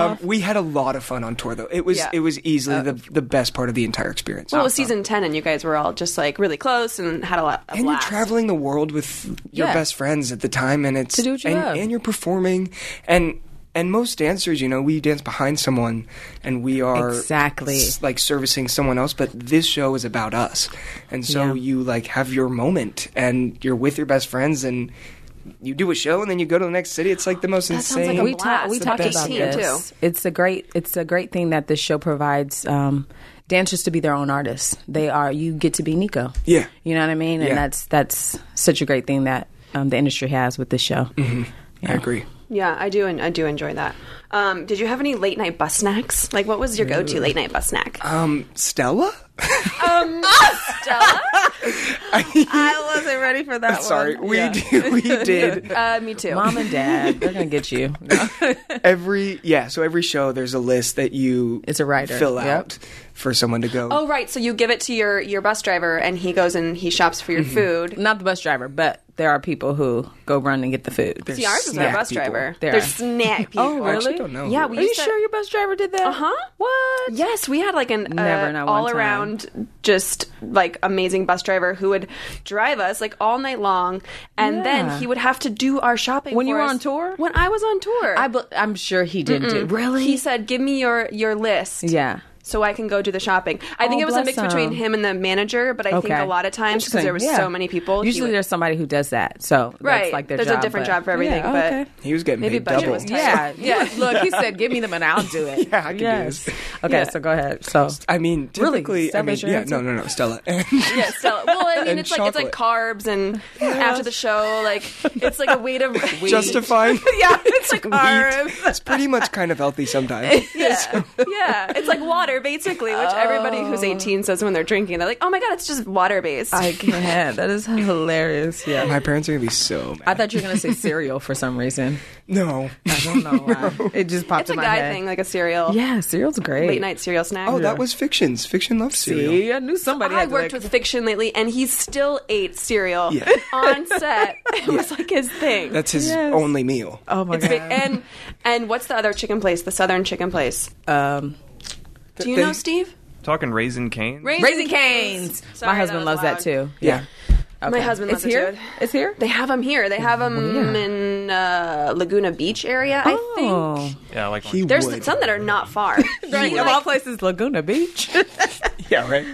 um, we had a lot of fun on tour, though. It was
Yeah.
it was easily
Uh,
the the best part of the entire experience.
Well, it was season ten, and you guys were all just like really close and had a lot. Of
and
laughs.
you're traveling the world with your
Yeah.
best friends at the time, and it's
do what you
and,
love.
and you're performing, and and most dancers, you know, we dance behind someone, and we are
Exactly.
s- like servicing someone else. But this show is about us, and so
Yeah.
you like have your moment, and you're with your best friends, and you do a show, and then you go to the next city. It's like the most
That sounds like
insane.
a
we
blast.
talked we
It's
talked
the
about
best team,
this. It's a great it's a great thing that this show provides um, dancers to be their own artists. They are you get to be Nico.
Yeah.
you know what I mean. And
Yeah.
that's that's such a great thing that um, the industry has with this show.
I agree.
Yeah, I do, and I do enjoy that. Um, did you have any late night bus snacks? Like, what was
Mm.
your go to late night bus snack?
Um, Stella.
Stella?
I wasn't ready for that.
Sorry, we do, we did
Uh, me too.
Mom and Dad, they're gonna get you.
every yeah. So every show, there's a list that you
It's a writer,
fill
yep.
out for someone to go.
Oh, right. So you give it to your your bus driver, and he goes and he shops for
Mm-hmm.
your food.
Not the bus driver, but there are people who go run and get the food.
See, ours is our
snack
bus
people.
driver.
There
They're
are.
snack people.
Oh,
I
really?
actually don't know.
Yeah,
who
we
it
Are
is.
you
used to-
sure your bus driver did that?
Uh huh.
What?
Yes, we had like an
Never,
uh,
not one
all around, just like amazing bus driver who would drive us like all night long, and
Yeah.
then he would have to do our shopping.
When you
for
were
us.
on tour?
When I was on tour,
I bel- I'm sure he did too. Really?
he said, "Give me your your list."
yeah.
so I can go do the shopping. I think
Oh,
it was a
bless
mix between
him.
him and the manager, but I think a lot of times because there was
Interesting.
so
Yeah.
many people. he
Usually,
would-
there's somebody who does that. So that's
Right.
like their
There's a
job,
different
but-
job for everything,
Yeah,
but-
okay.
He was getting
Maybe
paid
budget
double.
was tight.
yeah, yeah. Look, he said, "Give me them and I'll do it."
Yeah, I can do
yes.
this.
Okay,
Yeah.
so go ahead. So
I mean,
Really?
typically, I
Stella
mean,
is your
yeah,
answer?
no, no, no, Stella. And
yeah, so well, I mean,
And
it's like it's like carbs and after the show, like it's like a weight of
justifying
yeah, it's like
wheat.
carbs.
It's pretty much kind of healthy sometimes.
Yeah, yeah, it's like water basically, which everybody who's 18 says when they're drinking. They're like, "Oh my god, it's just water based."
Oh. I can't. That is hilarious. Yeah.
My parents are gonna be so mad.
I thought you were gonna say cereal for some reason.
No.
I don't know why. It just popped
it's a
in my
guy
head.
thing, like a cereal,
Yeah, cereal's great.
late night cereal snack.
Oh, that was fictions. Fiction loves cereal.
See, I knew somebody.
I
had to,
worked
like-
with fiction lately, and he still ate cereal
Yeah.
on set. It was like his thing.
That's his
Yes.
only meal.
Oh my
It's
god.
ba- and and what's the other chicken place? The Southern Chicken place.
um,
Do you
They-
know Steve?
Talking Raisin Cane?
Raising Canes.
Sorry,
my husband loves
was loud.
that too.
Yeah.
My
Okay.
husband
it's
loves it
here.
too.
It's here.
They have them here. They have them in uh, Laguna Beach area, I think.
Oh.
Yeah, I like
He
There's
would.
some that are not far.
Right,
He,
of all
like-
places, Laguna Beach.
Yeah, right.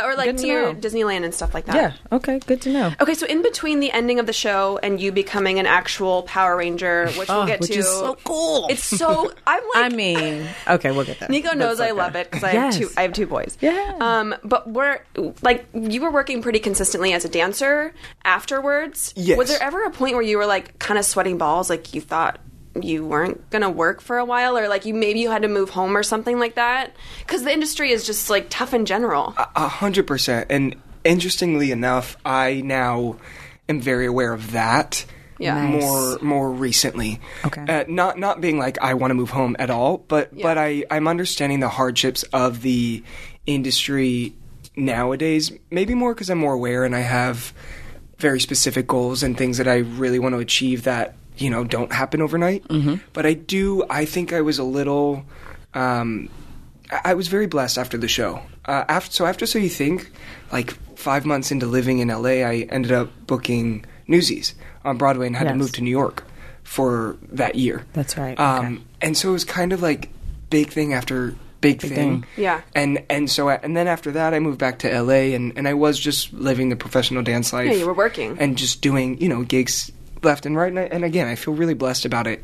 Okay.
or like
Good to
near
know.
Disneyland and stuff like that.
yeah. Okay. Good to know.
Okay, so in between the ending of the show and you becoming an actual Power Ranger, which we'll
Oh,
get
which
to,
is so cool.
It's so I'm
I
like
mean, okay, we'll get that.
Nico knows I love it because I have
Yes.
two. I have two boys.
Yeah.
Um, but we're like you were working pretty consistently as a dancer. Afterwards,
Yes.
Was there ever a point where you were like kind of sweating balls, like you thought you weren't gonna work for a while, or like you maybe you had to move home or something like that? Because the industry is just like tough in general.
A hundred percent. And interestingly enough, I now am very aware of that.
Yeah. Nice.
More more recently.
Okay.
Uh, not not being like I want to move home at all, but but I I'm understanding the hardships of the industry nowadays. Maybe more because I'm more aware and I have very specific goals and things that I really want to achieve that you know, don't happen overnight. But I do, I think I was a little, um, I I was very blessed after the show. Uh, after, so after So You Think, like five months into living in LA, I ended up booking Newsies on Broadway and had to
Yes.
move to New York for that year.
That's right.
Um,
Okay.
And so it was kind of like big thing after big, thing.
thing.
Yeah.
And and so I, and then after that, I moved back to LA, and and I was just living the professional dance life.
Yeah, you were working.
and just doing you know gigs left and right. And, I, and again, I feel really blessed about it.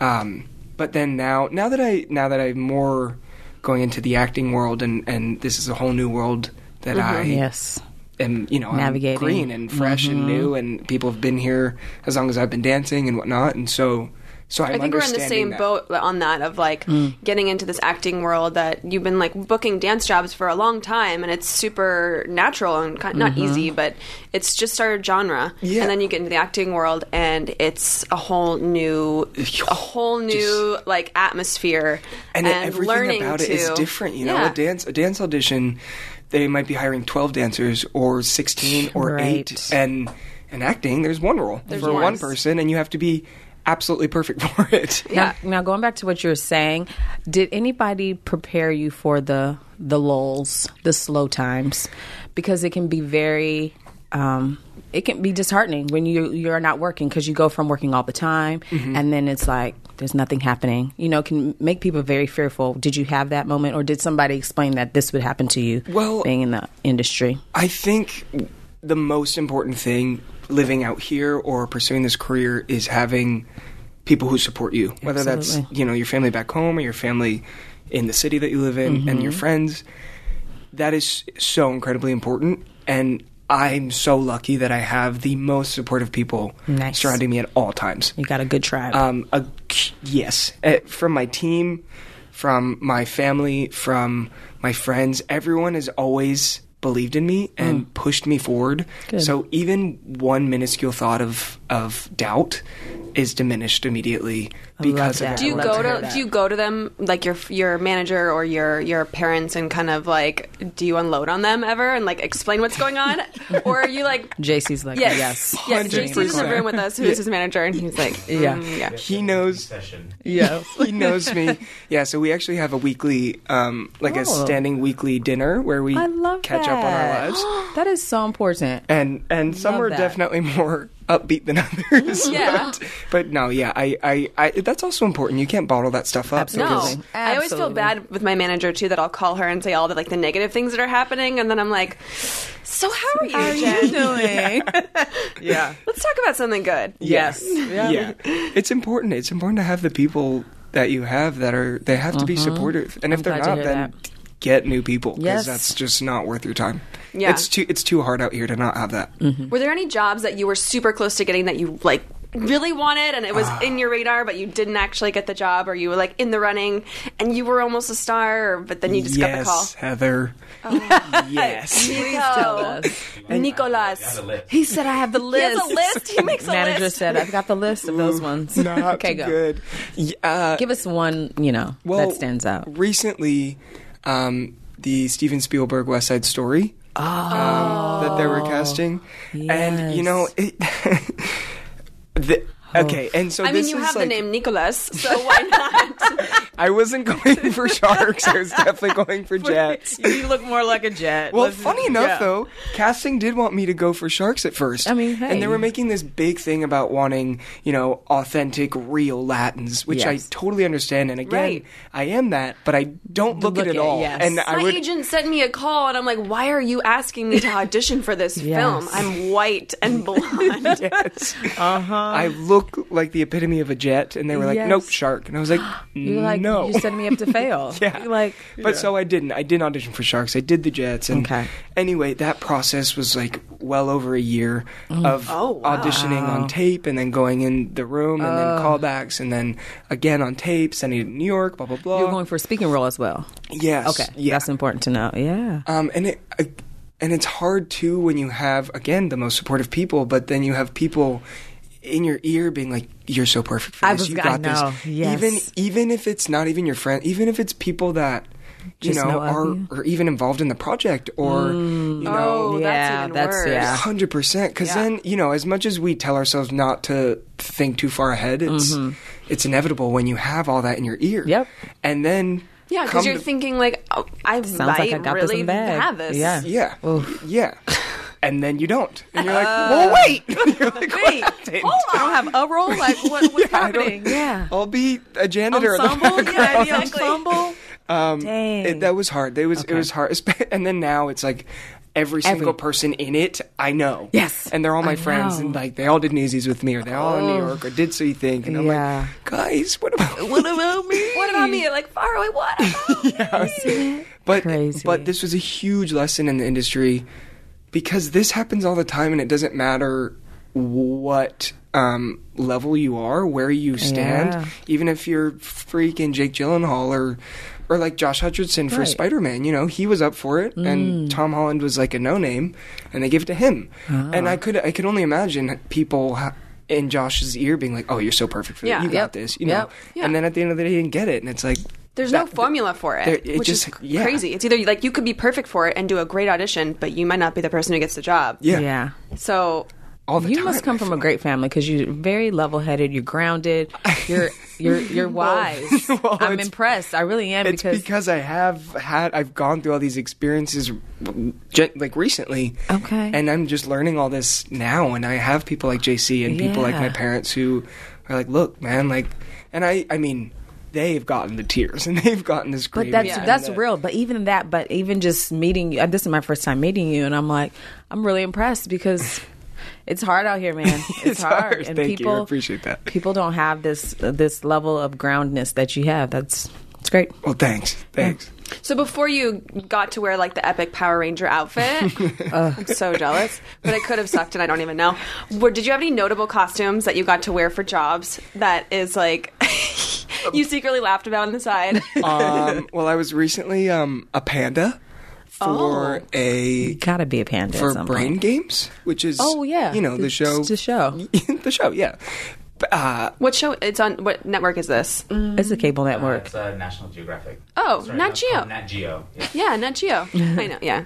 Um, but then now, now that I now that I'm more going into the acting world, and and this is a whole new world that
Mm-hmm.
I
Yes.
and you know I'm
Navigating. Mm-hmm.
green and fresh and new and people have been here as long as I've been dancing and whatnot and so so I'm
I think we're in the
understanding
same
that.
boat on that of like getting into this acting world that you've been like booking dance jobs for a long time and it's super natural and kind, not easy, but it's just our genre.
Yeah.
And then you get into the acting world and it's a whole new, a whole new like atmosphere and,
and, then everything
learning
about it is
to-
different you know
Yeah.
a dance a dance audition they might be hiring 12 dancers or 16 or
Right.
8 and and acting there's one role for
one.
one person and you have to be absolutely perfect for it
Yeah.
Now, now going back to what you were saying, did anybody prepare you for the the lulls, the slow times, because it can be very. Um, it can be disheartening when you you're not working because you go from working all the time
Mm-hmm.
and then it's like there's nothing happening. You know, it can make people very fearful. Did you have that moment, or did somebody explain that this would happen to you?
Well-
being in the industry,
I think the most important thing living out here or pursuing this career is having people who support you, whether that's
Absolutely.
you know your family back home or your family in the city that you live in and
Mm-hmm.
your friends. That is so incredibly important, and I'm so lucky that I have the most supportive people
Nice.
surrounding me at all times.
you got a good tribe.
Um, a, yes, uh, from my team, from my family, from my friends, everyone has always believed in me and
Mm.
pushed me forward. So even one minuscule thought of of doubt is diminished immediately because
that.
of
Do
Do you
Love to
go
hear
to
that.
do you go to them like your your manager or your your parents and kind of like do you unload on them ever and like explain what's going on or are you like
JC's like yes,
yes yes JC's in the
100%.
room with us who's his manager and he's like
Yeah.
mm, yeah
he knows
session.
yes.
he knows me. Yeah, so we actually have a weekly, um, like a
Oh.
standing weekly dinner where we
I love
catch up on our
that.
lives.
that is so important.
and and some
Love
are
that.
definitely more upbeat than others.
Yeah.
but, but no, yeah, I, I, I, that's also important. You can't bottle that stuff up.
Absolutely.
No,
because-
I always feel
Absolutely.
bad with my manager too. That I'll call her and say all the like the negative things that are happening, and then I'm like, "So how are you, Jen?
doing?
yeah,
Let's talk about something good."
Yes.
yeah, It's important. It's important to have the people that you have that are they have to be supportive, and if they're
Mm-hmm. glad to
not,
hear
then get new people
Yes.
because that's just not worth your time.
Yeah.
it's too it's too hard out here to not have that.
Mm.
Were there any jobs that you were super close to getting that you like really wanted and it was in your radar but you didn't actually get the job or you were like in the running and you were almost a star or- but then you just got the call?
Yes, Heather.
Oh.
yes.
Nico. Nicolas.
He said, "I have the
He
list."
has a list. He makes a
Manager
list.
said, "I've got the list of those ones."
Not
okay, go.
good. Yeah, uh,
Give us one. You know that stands out.
Recently, um, the Steven Spielberg West Side Story um, that they were
Oh.
casting, and you know it. the,
Oh.
okay, and so
I mean,
this
you
is
have
like,
the name Nicolas, so why not?
I wasn't going for sharks. I was definitely going for jets.
you look more like a jet.
Well, funny enough though, casting did want me to go for sharks at first.
I mean, hey.
and they were making this big thing about wanting, you know, authentic, real Latins, which
Yes.
I totally understand. And again,
Right.
I am that, but I don't look, at
look
it
at-
all.
yes.
And I
My
would
agent sent me a call, and I'm like, "Why are you asking me to audition for this
Yes.
film? I'm white and blonde."
I look like the epitome of a jet, and they were like, "Nope,
Uh-huh. Yes.
shark." And I was like,
You're like
"No."
you're setting me up to fail.
Yeah.
You're like
but so I didn't. I didn't audition for sharks. I did the jets. And
Okay.
anyway, that process was like well over a year
Mm.
of
Oh, wow.
auditioning on tape, and then going in the room, and then callbacks, and then again on tape, sending it to New York, blah blah blah.
you're going for a speaking role as well.
yes,
Okay,
yeah.
that's important to know. Yeah.
Um, and it, uh, and it's hard too when you have again the most supportive people, but then you have people in your ear being like, "You're so perfect for
I
this.
was-
you
I
got
know.
this."
Yes.
Even even if it's not even your friend, even if it's people that you
Just
know,
know of
are,
you.
are even involved in the project or, you know,
Oh,
Yeah,
that's even
that's-
worse.
Mm. yeah.
Hundred percent. Because
Yeah.
then you know, as much as we tell ourselves not to think too far ahead, it's it's inevitable when you have all that in your ear.
Mm-hmm. Yep.
And then
Yeah,
come
because you're
to-
thinking like, oh, I
Sounds
might
like I got this
really
in the bag.
have this.
Yeah.
yeah, yeah, and then you don't, and you're like, well, wait, You're like,
Wait,
happened?
hold on. I don't have a role. Like, what, what's
I don't-
happening?
Yeah.
I'll be a janitor. in the
Ensemble? Yeah, the
background.
ensemble.
Dang.
It, that was hard. It was it was hard. And then now it's like every single person in it I know.
Yes.
and they're all my friends,
know.
and like they all did Newsies with me, or they're all in New York, or did so you think? And I'm
Yeah.
like, guys, what about what about me?
What about me? Like far away. What? About me?
But
Crazy.
but this was a huge lesson in the industry because this happens all the time, and it doesn't matter what um, level you are, where you stand,
Yeah.
even if you're freaking Jake Gyllenhaal or or like Josh Hutcherson for
Right. Mm.
Spider Man. You know, he was up for it, and Tom Holland was like a no name, and they gave it to him.
Ah.
And I could I could only imagine people. Ha- in Josh's ear, being like, "Oh, you're so perfect for
Yeah.
that. You
Yep.
got this. You
Yep.
know."
Yeah.
And then at the end of the day, he didn't get it, and it's like,
There's no
that-
formula for it,
there- it
which
just-
is
yeah.
crazy. It's either like you could be perfect for it and do a great audition, but you might not be the person who gets the job.
yeah,
yeah.
So
all the
You
time,
must come
I
from
feel
a great family because you're very level-headed. You're grounded. You're you're you're wise.
well,
I'm
it's-
impressed. I really am
it's
because,
because, I have had I've gone through all these experiences gen- like recently.
Okay.
And I'm just learning all this now and I have people like JC and people like my
Yeah.
parents who are like, "Look, man, like and I I mean, they've gotten the tears and they've gotten this
but that's that's
real.
real. But even that, but even just meeting you, uh, this is my first time meeting you, and I'm like, I'm really impressed because it's hard out here, man. It's,
It's hard. Thank you. I appreciate that.
People don't have this uh, this level of groundness that you have. That's it's great.
Well, thanks. Thanks.
So before you got to wear like the epic Power Ranger outfit, I'm so jealous. But it could have sucked, and I don't even know. Were, did you have any notable costumes that you got to wear for jobs that is like you secretly laughed about on the side?
um, well, I was recently um, a panda
Oh.
for a
Gotta be a panda at
for
some
Brain
point.
Games, which is
Oh yeah,
you know the, show
The show.
the show, yeah. But, Uh,
what show? It's on what network is this?
It's a cable network.
It's uh, National Geographic.
Oh,
Sorry,
Nat
no, it's
Geo.
called Nat Geo. Yeah.
Yeah, Nat Geo. I know. Yeah.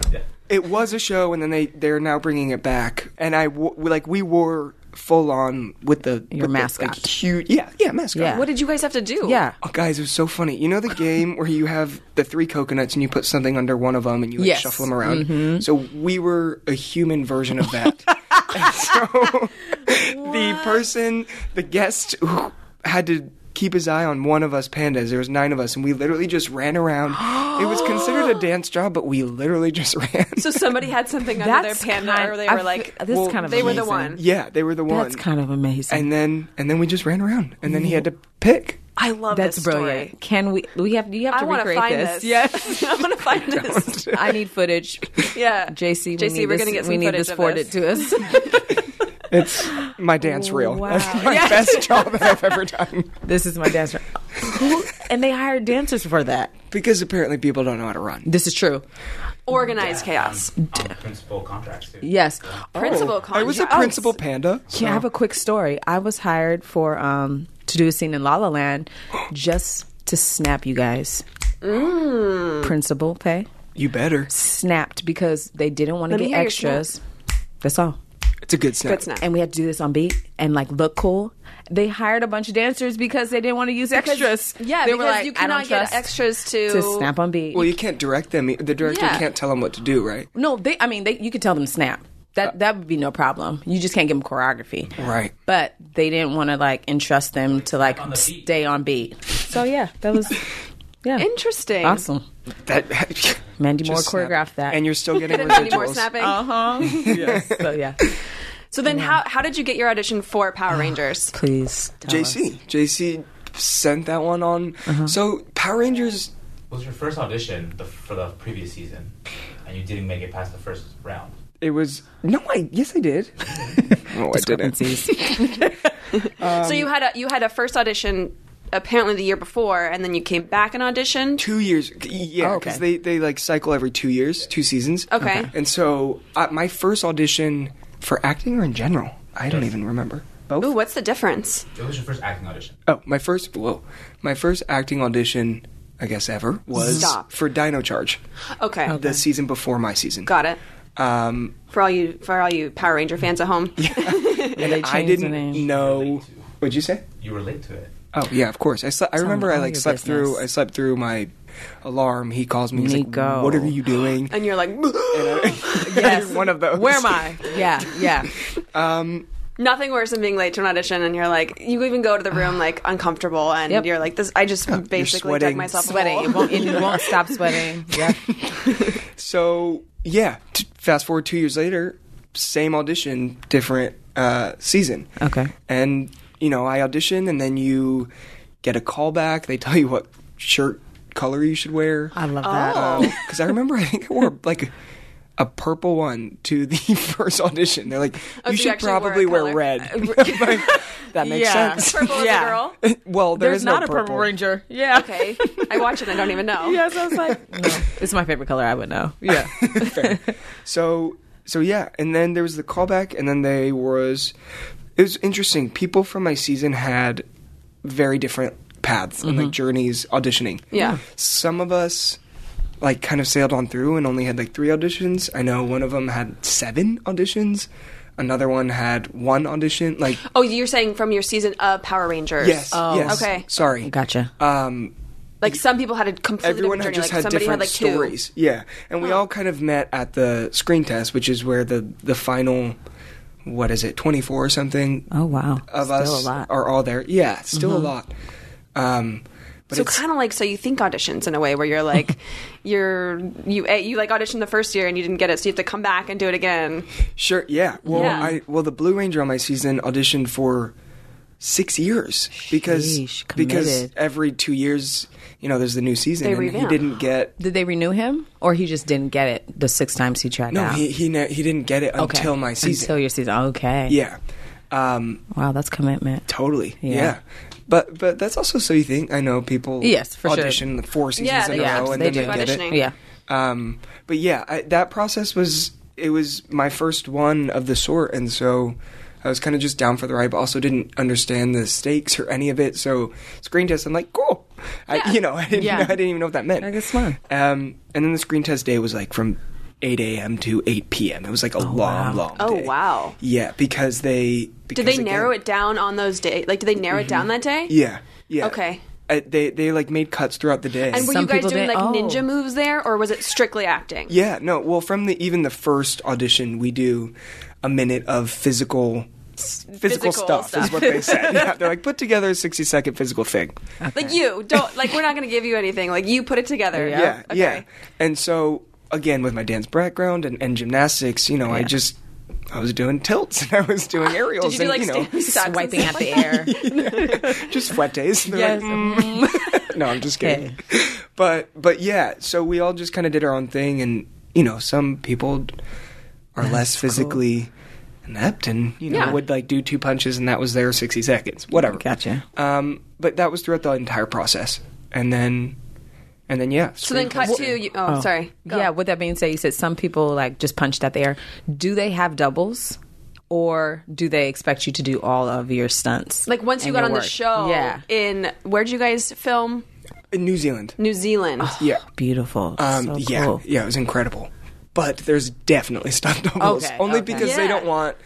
it was a show and then they they're now bringing it back and i wo- like we wore full on with the
Your
with the,
mascot.
like, huge yeah yeah mascot
Yeah.
What did you guys have to do?
Yeah.
Oh, guys, it was so funny. You know the game where you have the three coconuts and you put something under one of them and you like,
Yes. Mm-hmm.
shuffle them around. So we were a human version of that. and so the person, the guest, who had to keep his eye on one of us pandas. There was nine of us, and we literally just ran around. it was considered a dance job, but we literally just ran.
So somebody had something under
That's
their panda,
kind-
or they
I
were
fe-
like,
this is kind of
they were the
amazing.
one.
yeah, they were the one.
That's kind of amazing.
and then and then we just ran around, and then he had to pick.
I love
That's
this
brilliant.
story.
Can we? We have. You have
I
to
want to
recreate this.
find this.
Yes.
I want to find this.
I need footage.
Yeah,
JC, we
JC,
need
we're
this,
gonna get some
we need
footage
this
of
forwarded
this.
to us.
It's my dance reel.
Wow.
That's my best job that I've ever done.
this is my dancer. Who- and they hired dancers for that.
Because apparently people don't know how to run.
This is true.
Organized chaos.
On principal contracts, too.
Yes.
Principal Oh,
I Oh, was a
contract.
Oh,
principal panda.
Can I have a quick story? I was hired for um, to do a scene in La La Land just to snap you guys.
Mm.
Principal pay
You better.
snapped because they didn't want to get
me hear your snap.
extras. That's all.
It's a good snap.
Good snap.
And we had to do this on beat and like look cool. They hired a bunch of dancers because they didn't want to use extras.
Yeah,
they
because
were like,
you
I don't
cannot get
trust
extras to,
to snap on beat.
Well, you can't direct them. e, The director
Yeah.
can't tell them what to do, right?
No, they. I mean, they, you could tell them snap. That that would be no problem. You just can't give them choreography,
Right.
But they didn't want to like entrust them to like
On the beat.
stay on beat. So yeah, that was yeah,
Interesting.
awesome.
That
Mandy Moore
Just snap.
choreographed that.
And you're still getting
Couldn't have been any more
residuals.
snapping.
huh. yes. Uh-huh. So yeah,
so then, how how did you get your audition for Power Rangers?
please. Tell us.
JC, JC sent that one on.
Uh-huh.
So Power Rangers.
It was your first audition the, for the previous season, and you didn't make it past the first round.
It was no, I yes I did. no, I didn't.
Discrepancies. Um,
so you had a you had a first audition apparently the year before, and then you came back and auditioned.
Two years, yeah,
Oh, okay.
because they they like cycle every two years, two seasons.
Okay. Okay.
And so uh, my first audition for acting or in general, I don't even remember. Both.
Ooh, what's the difference?
It was your first acting audition.
Oh, my first whoa, my first acting audition. I guess, ever was
Stop.
for Dino Charge,
Uh,
Okay.
oh,
the season before my season.
Got it.
Um,
For all you for all you Power Ranger fans at home.
and
they
I
changed the
didn't
name.
Relate
know.
to.
What'd you say?
You relate to it.
Oh yeah, of course. I slept. I remember I
all
like
your
slept through.
business.
I slept through my alarm. He calls me. He's
Nico.
like, "What are you doing?"
And you're like
Yes.
One of those.
Where am I? Yeah, yeah.
nothing worse than being late to an audition and you're like you even go to the room like uncomfortable and
Yep.
you're like this I just basically dug
sweating.
myself a
Sweating.
hole.
It won't, you won't stop sweating. Yeah.
So yeah, t- fast forward two years later, same audition, different uh, season.
Okay.
And you know, I audition, and then you get a call back. They tell you what shirt color you should wear.
I love that.
Because I remember, I think I wore like a, a purple one to the first audition. They're like,
so
you
Oh,
you
should
actually wore a
probably wear
color."
red. Like, that makes
Yeah.
sense.
Purple is
Yeah.
a girl.
well, there
There's
is
not
no
a purple ranger. Yeah.
Okay. I watch it and I don't even know.
Yes, I was like, no. It's my favorite color. I would know.
Yeah. Fair. So so yeah, and then there was the callback and then they was it was interesting. People from my season had very different paths and like journeys auditioning.
Mm-hmm. Yeah.
Some of us like kind of sailed on through and only had like three auditions. I know one of them had seven auditions. Another one had one audition. Like
Oh, you're saying from your season of Power Rangers.
yes,
Oh.
yes.
Okay.
Sorry.
Gotcha.
Um,
Like some people had a completely
everyone had
different
just
journey.
had
like somebody
different
had like two.
stories. Yeah, and we all kind of met at the screen test, which is where the the final, what is it, twenty four or something
Oh wow.
of
Still
us
a lot.
are all there. Yeah, it's still a lot. Um, but
Mm-hmm. So
it's,
kind of like so you think auditions in a way where you're like you're you eh, you like auditioned the first year and you didn't get it so you have to come back and do it again.
sure, yeah. Well,
Yeah.
I well the Blue Ranger on my season auditioned for six years because
Sheesh,
because
committed.
every two years, you know, there's the new season,
They
and he
revamp.
didn't get.
Did they renew him, or he just didn't get it the six times he tried
No,
out?
he he ne- he didn't get it
Okay.
until my season.
Until your season. Okay.
yeah. Um,
Wow, that's commitment.
Totally.
Yeah.
Yeah. But but that's also so you think I know people
Yes, for sure.
audition the four seasons
Yeah,
in
they-
a row
yeah,
and
they
then
do.
they get
Auditioning.
it.
Yeah.
Um but yeah, I, that process was it was my first one of the sort and so I was kind of just down for the ride, but also didn't understand the stakes or any of it. So screen test, I'm like, cool. I, You know, I didn't,
Yeah.
I didn't even know what that meant.
I guess fun.
Um, and then the screen test day was like from 8 a.m. to 8 p.m. It was like a long, long.
Oh,
day.
wow.
Yeah, because they. Because
Did they narrow it down on those days? Like did they narrow it down that day?
yeah. Yeah.
Okay.
Uh, they they like made cuts throughout the day.
And were
Some
you guys
people
doing
did-
like
oh.
ninja moves there or was it strictly acting?
yeah, no. Well, from the even the first audition, we do a minute of physical physical,
physical
stuff,
stuff.
is what they said. yeah, they're like put together a sixty second physical thing.
Like you don't like we're not going to give you anything. Like you put it together.
Yeah,
Okay.
yeah. And so again, with my dance background and, and gymnastics, you know, I
Yeah.
just I was doing tilts and I was doing aerials
Did you do like
and you know
Stanley Sachs and
Swiping
stuff
at the
like
air.
that?
just wet days. They're like, "Mm." no, I'm just kidding. But but yeah, so we all just kind of did our own thing, and you know, some people are less physically inept, and you know,
Yeah.
would like do two punches, and that was their 60 seconds, whatever.
Gotcha.
Um, but that was throughout the entire process, and then and then yeah.
So then cut to you, oh, sorry. Go.
Yeah. With that being said, you said some people like just punched at the air. Do they have doubles, or do they expect you to do all of your stunts?
Like once you
and
got
your
on the
work?
show
Yeah.
in where'd you guys film?
in New Zealand.
New Zealand.
Yeah.
Beautiful.
Um,
so
yeah,
cool.
yeah, it was incredible. But there's definitely stunt doubles,
Okay,
only
okay.
because they
Yeah.
don't want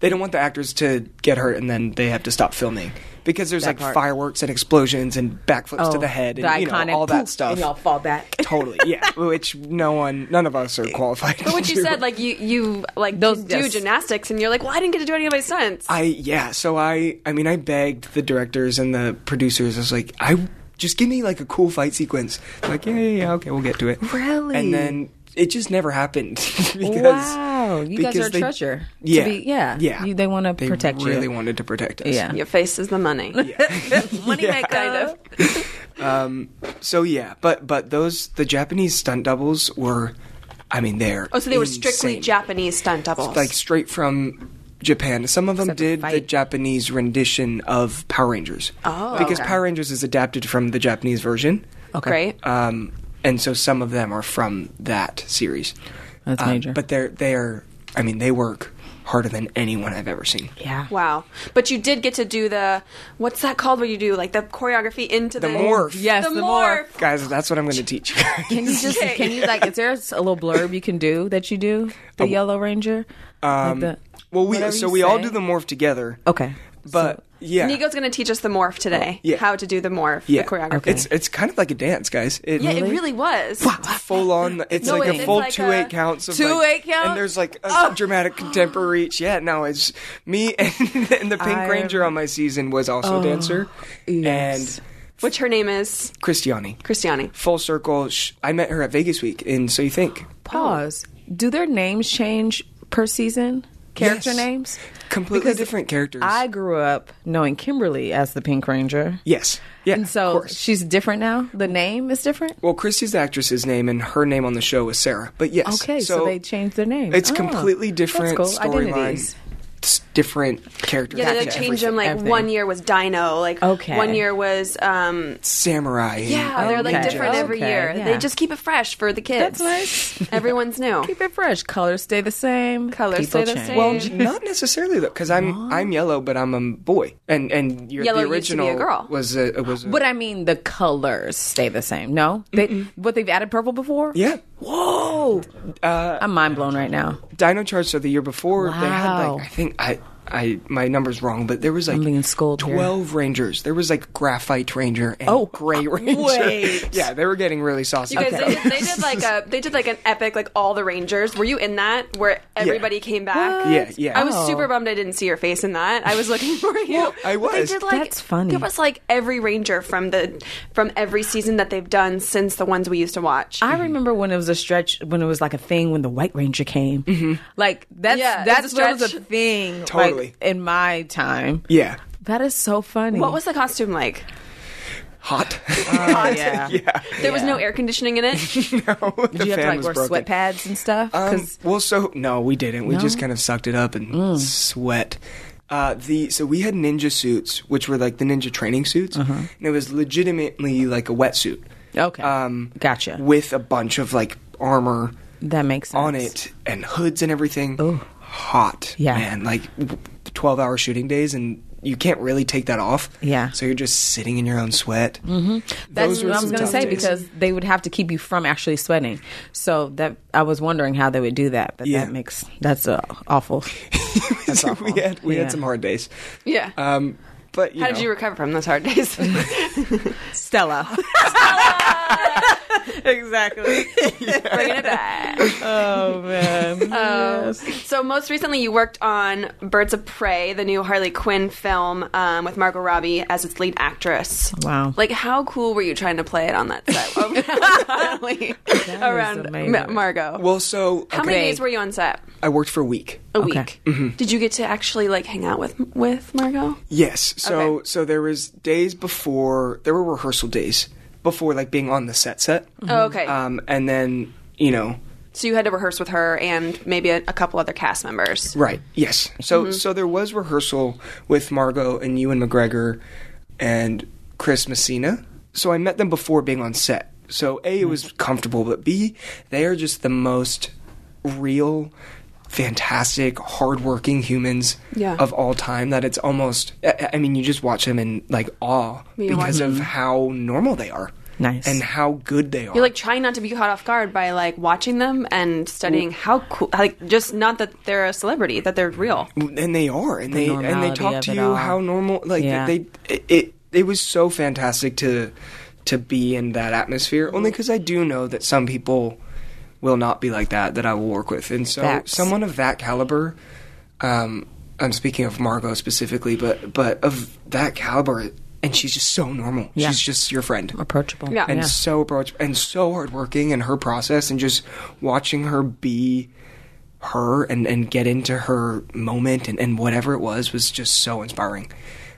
they don't want the actors to get hurt and then they have to stop filming because there's like
part.
fireworks and explosions and backflips to
Oh,
the head and
the
you know,
iconic
all that
poof,
stuff.
And y'all fall back.
totally, yeah. Which no one, none of us are qualified.
But what you
to-
said, like you, you like
Those-
do
yes.
gymnastics, and you're like, well, I didn't get to do any of my stunts.
I yeah, so I I mean I begged the directors and the producers. I was like, I just give me like a cool fight sequence. They're like, yeah, yeah, yeah, okay, we'll get to it.
Really?
And then it just never happened because
Wow, you guys
because
are a
they-
treasure. to
Yeah,
be- yeah,
yeah.
You- they want to
They
protect you.
Really wanted to protect us.
Yeah.
Your face is the money. money maker. Kind of.
So yeah, but but those the Japanese stunt doubles were, I mean, they're
Oh, so they were strictly
insane.
Japanese stunt doubles.
like straight from Japan. Some of them
Except the
did the
fight.
Japanese rendition of Power Rangers.
Oh,
because
okay.
Power Rangers is adapted from the Japanese version.
Okay.
great.
um, and so some of them are from that series.
That's
Um,
major.
but they're they're I mean they work harder than anyone I've ever seen.
Yeah.
Wow. But you did get to do the what's that called where you do like the choreography into the,
The morph.
Yes,
the,
the
morph.
morph.
Guys, that's what I'm going to teach you guys.
Can you just can you like is there a little blurb you can do that you do
Oh.
the Yellow Ranger? Um,
Well, we
Whatever
so
you
we all
say. Oh,
do the morph together,
okay.
but yeah, Oh,
Nico's going to teach us the morph today.
yeah.
How to do the morph, the choreography.
It's it's kind of like a dance, guys. It,
yeah, it really was.
full on. It's
No,
like
it's
a full
like
two
a-
eight counts of
Two
like-
eight count? Oh.
and there's like a dramatic contemporary. each. Yeah, no, it's me and, and the Pink
I-
Ranger on my season was also a dancer,
Oh, yes.
and
Which her name is
Christiani.
Christiani.
Full circle. Sh- I met her at Vegas Week, and so you think
Pause.
Oh.
Do their names change per season? Character
Yes.
names?
completely
Because
different characters.
I grew up knowing Kimberly as the Pink Ranger.
yes, yeah,
and
of
so
course.
she's different now. The name is different.
Well, Christy's the actress's name, and her name on the show is Sarah. But yes,
Okay, so, they changed their name.
It's
Ah,
completely
that's
different
cool.
storylines,
Identities.
s- different characters.
Yeah, they
Gotcha.
like change them. Like
Everything.
one year was Dino. Like
Okay.
one year was um,
samurai. and-
yeah. They're like
Okay.
different every
Okay,
year.
yeah.
They just keep it fresh for the kids.
That's nice.
Everyone's new.
Keep it fresh. Colors stay the same.
Colors
People
stay the
change.
same.
Well, not necessarily though, because I'm I'm yellow, but I'm a boy, and and your,
Yellow
the
used to be
original
a girl.
was a was a,
But I mean, the colors stay the same. No, they, but they've added purple before.
yeah.
Whoa! I'm mind blown right now.
Dino charts so the year before they had
Wow.
like I think I I my number's wrong, but there was like
being schooled here.
twelve rangers. There was like graphite ranger and
Oh,
gray ranger.
wait.
Yeah, they were getting really saucy.
You guys, they, did, they did like a they did like an epic like all the Rangers. Were you in that where everybody came back?
Yeah, yeah.
I was
Oh.
super bummed I didn't see your face in that. I was looking for you.
I
But they
was.
did like
That's funny.
There was like every Ranger from the from every season that they've done since the ones we used to watch.
I remember when it was a stretch, when it was like a thing when the White Ranger came. Like that's
Yeah, it
that's
was a
that was Mm-hmm. a
stretch.
thing. like,
Totally.
in my time,
yeah,
that is so funny.
what was the costume like?
hot.
Oh, yeah.
There was no air conditioning in it.
Did you have to
fan
like
was
wear
broken.
sweat pads and stuff?
Um,
'Cause-
well, so no, we didn't. We
No? Mm.
just kind of sucked it up and sweat. Uh, the so we had ninja suits, which were like the ninja training suits,
Uh-huh.
and it was legitimately like a wetsuit.
okay,
Um,
gotcha.
With a bunch of like armor
that makes sense.
on it and hoods and everything. Hot,
Yeah.
man. Like twelve-hour shooting days, and you can't really take that off.
Yeah.
So you're just sitting in your own sweat.
That's
Those were
what I was going
some
to
tough
say
days.
because they would have to keep you from actually sweating. So that I was wondering how they would do that, but
Yeah.
that makes that's uh, awful.
So we had we
Yeah.
had some hard days.
yeah.
Um, but you
How
know,
did you recover from those hard days?
Stella. exactly.
Bringing it back.
Oh man.
Oh. So most recently, you worked on Birds of Prey, the new Harley Quinn film um, with Margot Robbie as its lead actress.
Wow.
Like, how cool were you trying to play it on that set around, around
amazing.
Ma- Margot?
well, so
how many
okay.
days were you on set?
I worked for a week.
A week. Did you get to actually like hang out with with Margot?
Yes. So
Okay.
so there was days before there were rehearsal days before like being on the set set.
Oh, okay.
Um, and then you know
so you had to rehearse with her and maybe a, a couple other cast members.
right yes. So
Mm-hmm.
so there was rehearsal with Margot and Ewan McGregor and Chris Messina. So I met them before being on set. So a it
Mm-hmm.
was comfortable, but b they are just the most real. Fantastic, hardworking humans
Yeah.
of all time. That it's almost, I I mean, you just watch them in like awe because of how normal they are.
Nice.
and how good they are.
You're like trying not to be caught off guard by like watching them and studying
Mm.
how cool, like just not that they're a celebrity, that they're real.
and they are, and they and they
normality
talk
of
to
it
you
all.
how normal. Like
Yeah.
they, it, it it was so fantastic to to be in that atmosphere. Only because I do know that some people will not be like that that I will work with, and so
Facts.
someone of that caliber. Um, I'm speaking of Margot specifically, but but of that caliber, and she's just so normal.
Yeah.
She's just your friend.
Approachable.
Yeah.
and so approach and so hardworking in her process and just watching her be her and, and get into her moment and, and whatever it was was just so inspiring.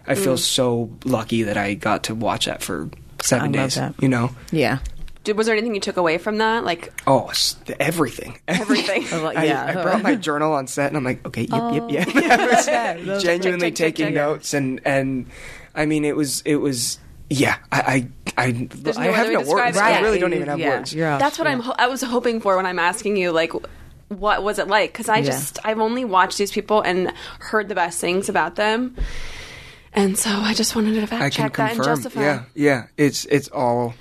I
Mm.
feel so lucky that I got to watch that for seven
I love
days.
that.
You know?
Yeah.
Did, was there anything you took away from that? Like
Oh, s- the- everything.
everything.
Like,
I,
yeah.
I brought my journal on set and I'm like, okay, yep, yep,
Oh.
yep. I was genuinely
check, check,
taking
check.
notes and and I mean it was it was yeah I I I, I
no other
have
way
no
to describe
words
it.
I
Right.
really don't even have
Yeah,
words
you're off.
That's what I'm. Ho- I was hoping for when I'm asking you, like, what was it like? Because I just I've only watched these people and heard the best things about them, and so I just wanted to fact
I can
check that and
confirm.
justify.
Yeah, yeah. It's it's all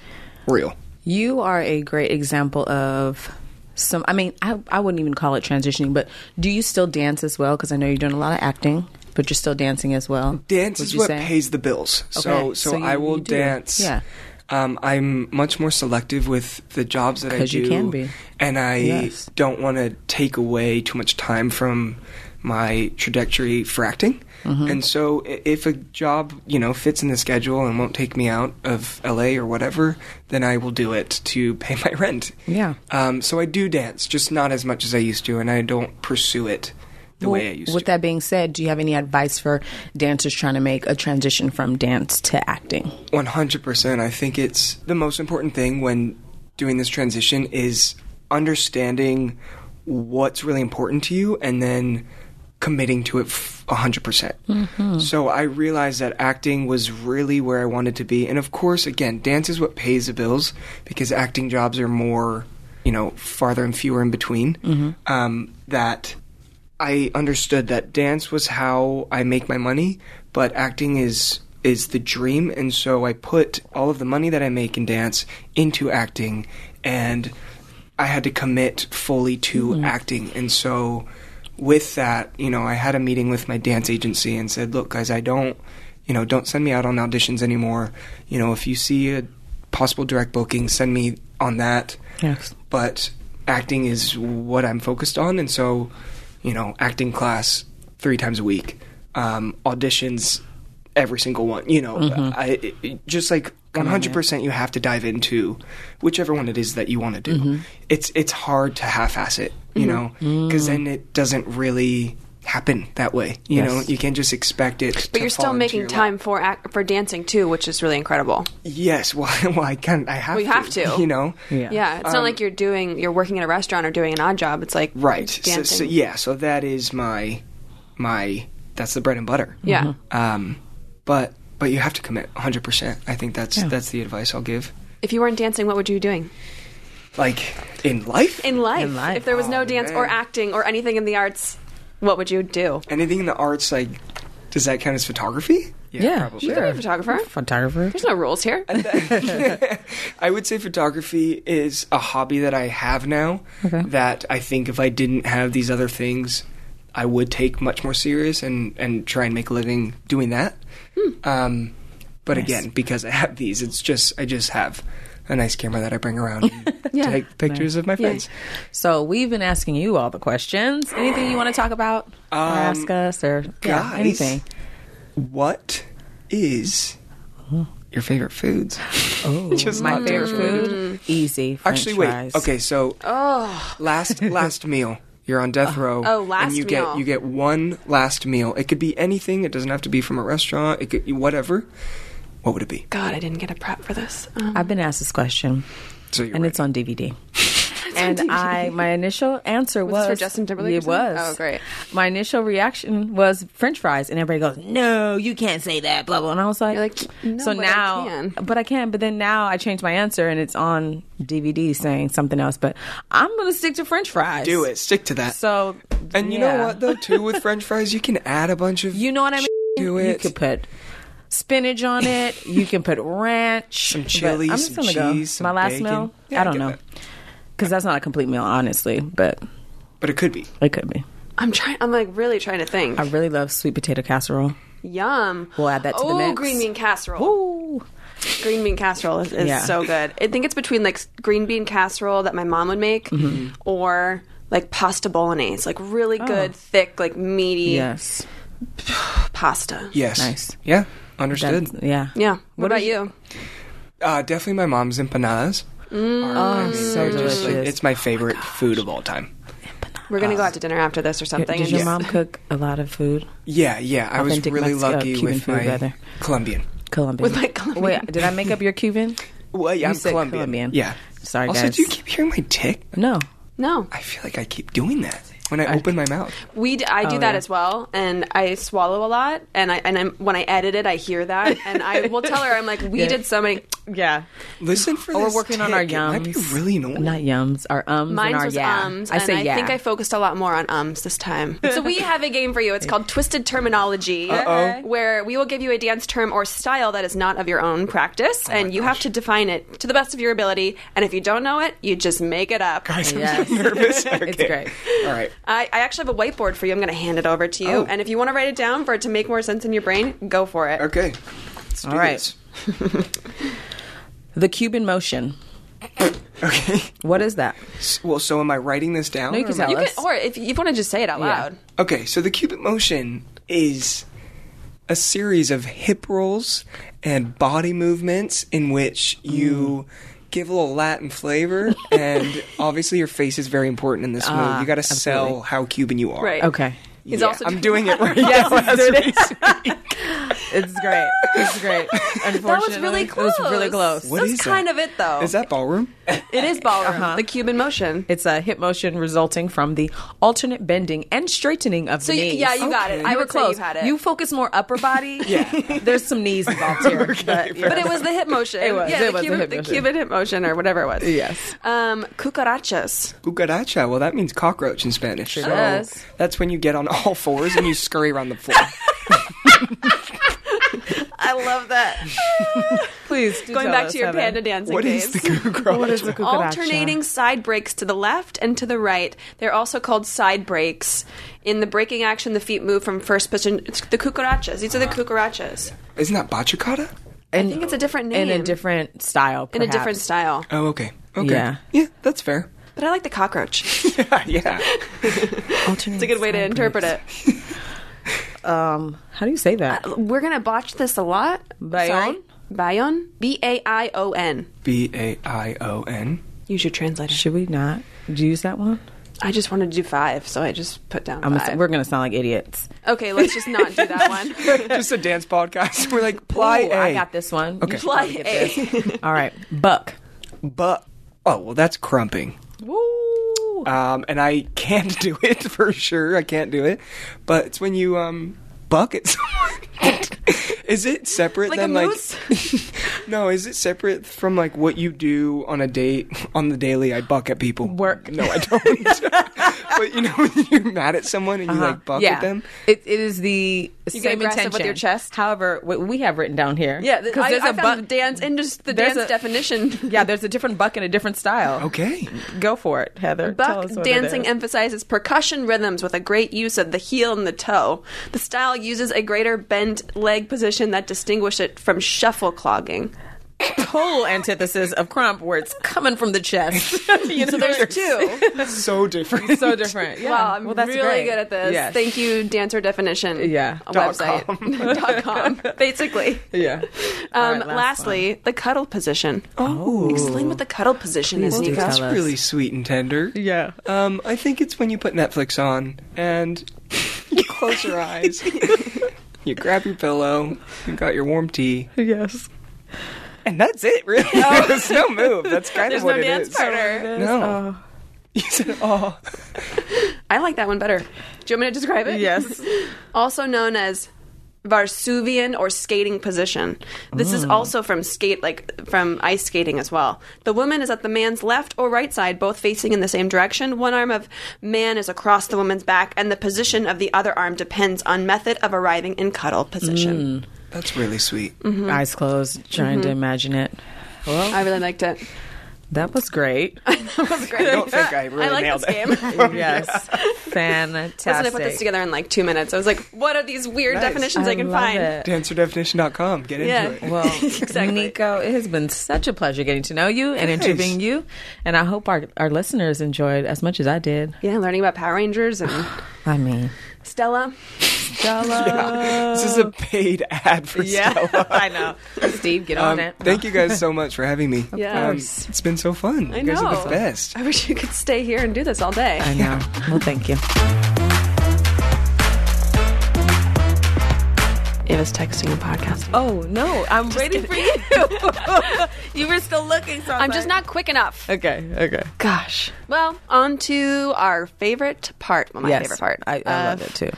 real.
You are a great example of some. I mean, I, I wouldn't even call it transitioning, but do you still dance as well? Because I know you're doing a lot of acting, but you're still dancing as well.
Dance
would
is
you
what
say?
pays the bills. So
Okay,
so,
so you-
I will
you do.
dance.
Yeah.
Um, I'm much more selective with the jobs that I
'Cause
do.
you can be.
And I
Yes.
don't want to take away too much time from my trajectory for acting.
Mm-hmm.
And so i- if a job, you know, fits in the schedule and won't take me out of LA or whatever, then I will do it to pay my rent.
Yeah.
Um, so I do dance, just not as much as I used to, and I don't pursue it the way I used
With
to.
that being said, do you have any advice for dancers trying to make a transition from dance to acting?
100%. I think it's the most important thing when doing this transition is understanding what's really important to you and then committing to it f- 100%. percent So I realized that acting was really where I wanted to be. And of course, again, dance is what pays the bills because acting jobs are more, you know, farther and fewer in between. Um, that I understood that dance was how I make my money, but acting is is the dream, and so I put all of the money that I make in dance into acting, and I had to commit fully to acting, and so with that, you know, I had a meeting with my dance agency and said, "Look, guys, I don't, you know, don't send me out on auditions anymore. You know, if you see a possible direct booking, send me on that."
Yes.
but acting is what I'm focused on, and so you know, acting class three times a week, um, auditions every single one. You know, I it- it- just like 100 percent you have to dive into whichever one it is that you want to do. It's it's hard to half-ass it, you know, because then it doesn't really happen that way. You know, you can't just expect it.
But you're still making time for ac- for dancing too, which is really incredible.
Yes, well, well, I can. I have.
Well, you
to,
have to.
You know.
Yeah, it's
Um,
not like you're doing you're working at a restaurant or doing an odd job. It's like
Right. So,
dancing.
so yeah, so that is my my that's the bread and butter.
yeah.
Um but but you have to commit 100%. I think that's that's the advice I'll give.
If you weren't dancing, what would you be doing
Like in life,
in life?
In life.
If there was no
Oh,
dance
man.
or acting or anything in the arts, what would you do?
anything in the arts like does that count as photography?
You could be a photographer.
Photographer.
There's no rules here.
I would say photography is a hobby that I have now that I think if I didn't have these other things, I would take much more serious and, and try and make a living doing that.
Hmm.
Um, but again, because I have these, it's just I just have a nice camera that I bring around and take pictures of my friends.
So we've been asking you all the questions. Anything you want to talk about or ask us or yeah,
guys.
anything?
What is
Oh.
your favorite foods? just
My
not
favorite
dance
food?
related.
Easy. French
Actually, wait.
fries.
Okay, so last last meal. You're on death row.
oh, last
and you
meal.
get you get one last meal. It could be anything. It doesn't have to be from a restaurant. It could whatever. What would it be?
God, I didn't get a prep for this. Um,
I've been asked this question,
So you're
and
ready.
it's on DVD. and I, my initial answer was,
this for Justin Timberlake or
It
something?
was.
Oh, great.
My initial reaction was French fries, and everybody goes, "No, you can't say that." Blah blah. And I was like,
You're like, "No,
so
but I
now,
can."
but I can. But then now I changed my answer, and it's on DVD saying something else. But I'm gonna stick to French fries.
do it. Stick to that.
So,
and you
yeah.
know what though, too, with French fries, you can add a bunch of.
You know what I mean?
Do
You
it.
could put spinach on it. You can put ranch, some
chili,
I'm just
some
gonna go.
cheese, some
My last
bacon.
meal.
Yeah,
I
I
don't
get
know
that.
because that's not a complete meal, honestly. But
but it could be.
it could be.
I'm trying. I'm like really trying to think.
I really love sweet potato casserole.
Yum.
We'll add that to the
Ooh,
mix.
green bean casserole.
Ooh,
Green bean casserole is, is
Yeah.
so good. I think it's between like s- green bean casserole that my mom would make or like pasta bolognese, like really good, thick, like meaty
yes,
pasta.
Yes.
Nice.
Yeah. Understood.
That's- yeah,
Yeah. What, about
is-
you?
Uh, definitely my mom's empanadas. are, I mean,
so
they're just, Mm. like,
delicious.
it's
Oh
my favorite food of all time.
We're gonna go out to dinner after this or something.
Does
and
your
just-
mom cook a lot of food?
Yeah, yeah. I was
Authentic
really
Mexico-
lucky
Cuban
with
food,
my
rather.
Colombian.
Colombian.
With my Colombian.
Wait, did I make up your Cuban?
Well, yeah,
You
I'm
said
Colombian.
Colombian.
Yeah.
Sorry,
also,
guys.
do you keep hearing my tick?
No.
No,
I feel like I keep doing that when I, open my mouth.
we. D- I do
Oh,
that
yeah.
as well, and I swallow a lot, and I and I'm, when I edit it, I hear that, and I will tell her I'm like, we did so many
yeah.
Listen for
Oh,
Or Oh,
this.
we're working on our
tick. It might be
yums.
really annoying.
Not yums, our ums
Mine
and our
was
yeah.
ums.
I
and
say
I
yeah.
think I focused a lot more on ums this time. so we have a game for you. It's called Twisted Terminology,
Oh,
where we will give you a dance term or style that is not of your own
Oh
practice, and you have to define it to the best of your ability. And if you don't know it, you just make it up.
yes. It's great.
All right.
I, I actually have a whiteboard for you. I'm going to hand it over to you.
Oh.
And if you want to write it down for it to make more sense in your brain, go for it.
Okay. Let's do
All right.
this.
The Cuban motion.
Okay.
What is that?
S- Well, so am I writing this down?
No, you
or
can
am I-
tell
You
us.
can, or if you want to just say it out loud.
Okay, so the cubit motion is a series of hip rolls and body movements in which you
Mm.
give a little Latin flavor, and obviously your face is very important in this
Ah,
move. You got to sell how Cuban you are.
Right.
Okay.
He's
Yeah,
also
I'm doing it right
Yes,
now.
he's
as
doing
we
it.
speak.
It's great. It's great. Unfortunately,
That was really close.
It was really close.
What
That's
is that?
kind of it, though.
Is that ballroom?
it is ballroom, the Cuban motion.
It's a hip motion resulting from the alternate bending and straightening of
So
the
y-
knees.
yeah, you got it. I
You were
would say
close.
you had it.
focus more upper body. yeah, there's some knees involved here, but, yeah.
but it was the hip motion.
It was.
Yeah,
It
the,
was the
Cuban,
hip
the
motion.
Cuban hip motion or whatever it was.
Yes.
Um, cucarachas.
Cucaracha. Well, that means cockroach in Spanish. So
does.
that's when you get on all fours and you scurry around the floor.
I love that.
please do
Going
tell
back
us,
to your
Heather.
panda dancing
what
days.
is the cucaracha?
What is the cucaracha?
alternating side breaks to the left and to the right. They're also called side breaks. In the breaking action, the feet move from first position. It's the cucarachas. These are the cucarachas.
Isn't that bachacata?
And,
I think it's a different name.
in a different style.
in a different
perhaps.
style.
Oh, okay. Okay.
Yeah.
Yeah, that's fair.
But I like the cockroach. It's
yeah.
Alternating
a good way to interpret it.
Um, how do you say that?
We're gonna botch this a lot.
Bayon?
Sorry. Bayon. B a i o n.
B A I O N.
Use your translator.
Should we not use that one?
I just wanted to do five, so I just put down
I'm gonna, say-
five.
we're gonna sound like idiots.
okay, let's just not do that one.
Just a dance podcast. We're like, ply
Ooh,
a.
I got this one.
Okay.
Fly A.
All right, buck.
But, oh, well, that's crumping.
Woo.
Um, and I can't do it for sure. I can't do it. But it's when you, um, bucket someone. is it separate
Like a
than
moose?
like. no, is it separate from like what you do on a date, on the daily? I buck at people.
Work.
No, I don't. but you know, when you're mad at someone and you
Uh-huh.
like buck at them?
It, it is the
get
same
aggressive
intention
with your chest.
However, what we have written down here.
Yeah, th-
because
I,
there's
I
a
found
buck.
the dance and just the
there's
dance
a-
definition.
yeah, there's a different buck and a different style.
Okay.
Go for it, Heather. Tell
Buck
us what it
dancing
is.
emphasizes percussion rhythms with a great use of the heel and the toe. The style uses a greater bent leg position that distinguishes it from shuffle clogging.
total antithesis of crump, where it's coming from the chest. you know, so
There's two.
So different.
so different. Yeah.
Wow, I'm
well, that's
really
great.
good at this.
Yes.
Thank you, dancer definition.
Yeah.
Dot
website dot com basically.
Yeah. All
Um,
right, last
lastly, the cuddle position.
Oh.
Explain what the cuddle position is,
do
Nico.
tell
That's
us.
really sweet and tender.
one. Yeah.
Um, I think it's when you put Netflix on and you close your eyes. you grab your pillow, you got your warm tea,
Yes.
and that's it, really. There's no move. That's kind
Oh. There's
of what
no
it
dance
is.
partner.
No.
Oh.
You said, oh.
I like that one better. Do you want me to describe it?
Yes.
also known as Varsuvian or skating position. This
Mm.
is also from skate, like from ice skating as well. The woman is at the man's left or right side, both facing in the same direction. One arm of man is across the woman's back, and the position of the other arm depends on method of arriving in cuddle position.
That's really sweet.
Mm.
Eyes closed, trying to imagine it. Mm.
I really liked it.
That was great.
That was great.
I don't think I really
I like
nailed
this
it.
game. Listen,
yes. Fantastic.
I put this together in like two minutes. I was like, "What are these weird
Nice.
definitions I, can
love
find?"
it.
DancerDefinition.com. Get into
Yeah.
it.
Well,
Exactly.
Nico, it has been such a pleasure getting to know you and interviewing you. And I hope our, our listeners enjoyed as much as I did.
Yeah, learning about Power Rangers and
I mean,
Stella.
This is a paid ad for
yeah,
Stella.
uh,
I know. Steve, get on
Um,
it.
thank you guys so much for having me.
Yeah.
Um, it's been so fun.
I
you guys are
know.
the best.
I wish you could stay here and do this all day.
I know. Well, thank you.
Ava's texting a podcast.
Oh, no, I'm waiting for you. you were still looking, so I was
I'm just
like-
not quick enough.
Okay, okay.
Gosh. Well, on to our favorite part. Well, my
yes,
favorite part.
I, I
of
love it too.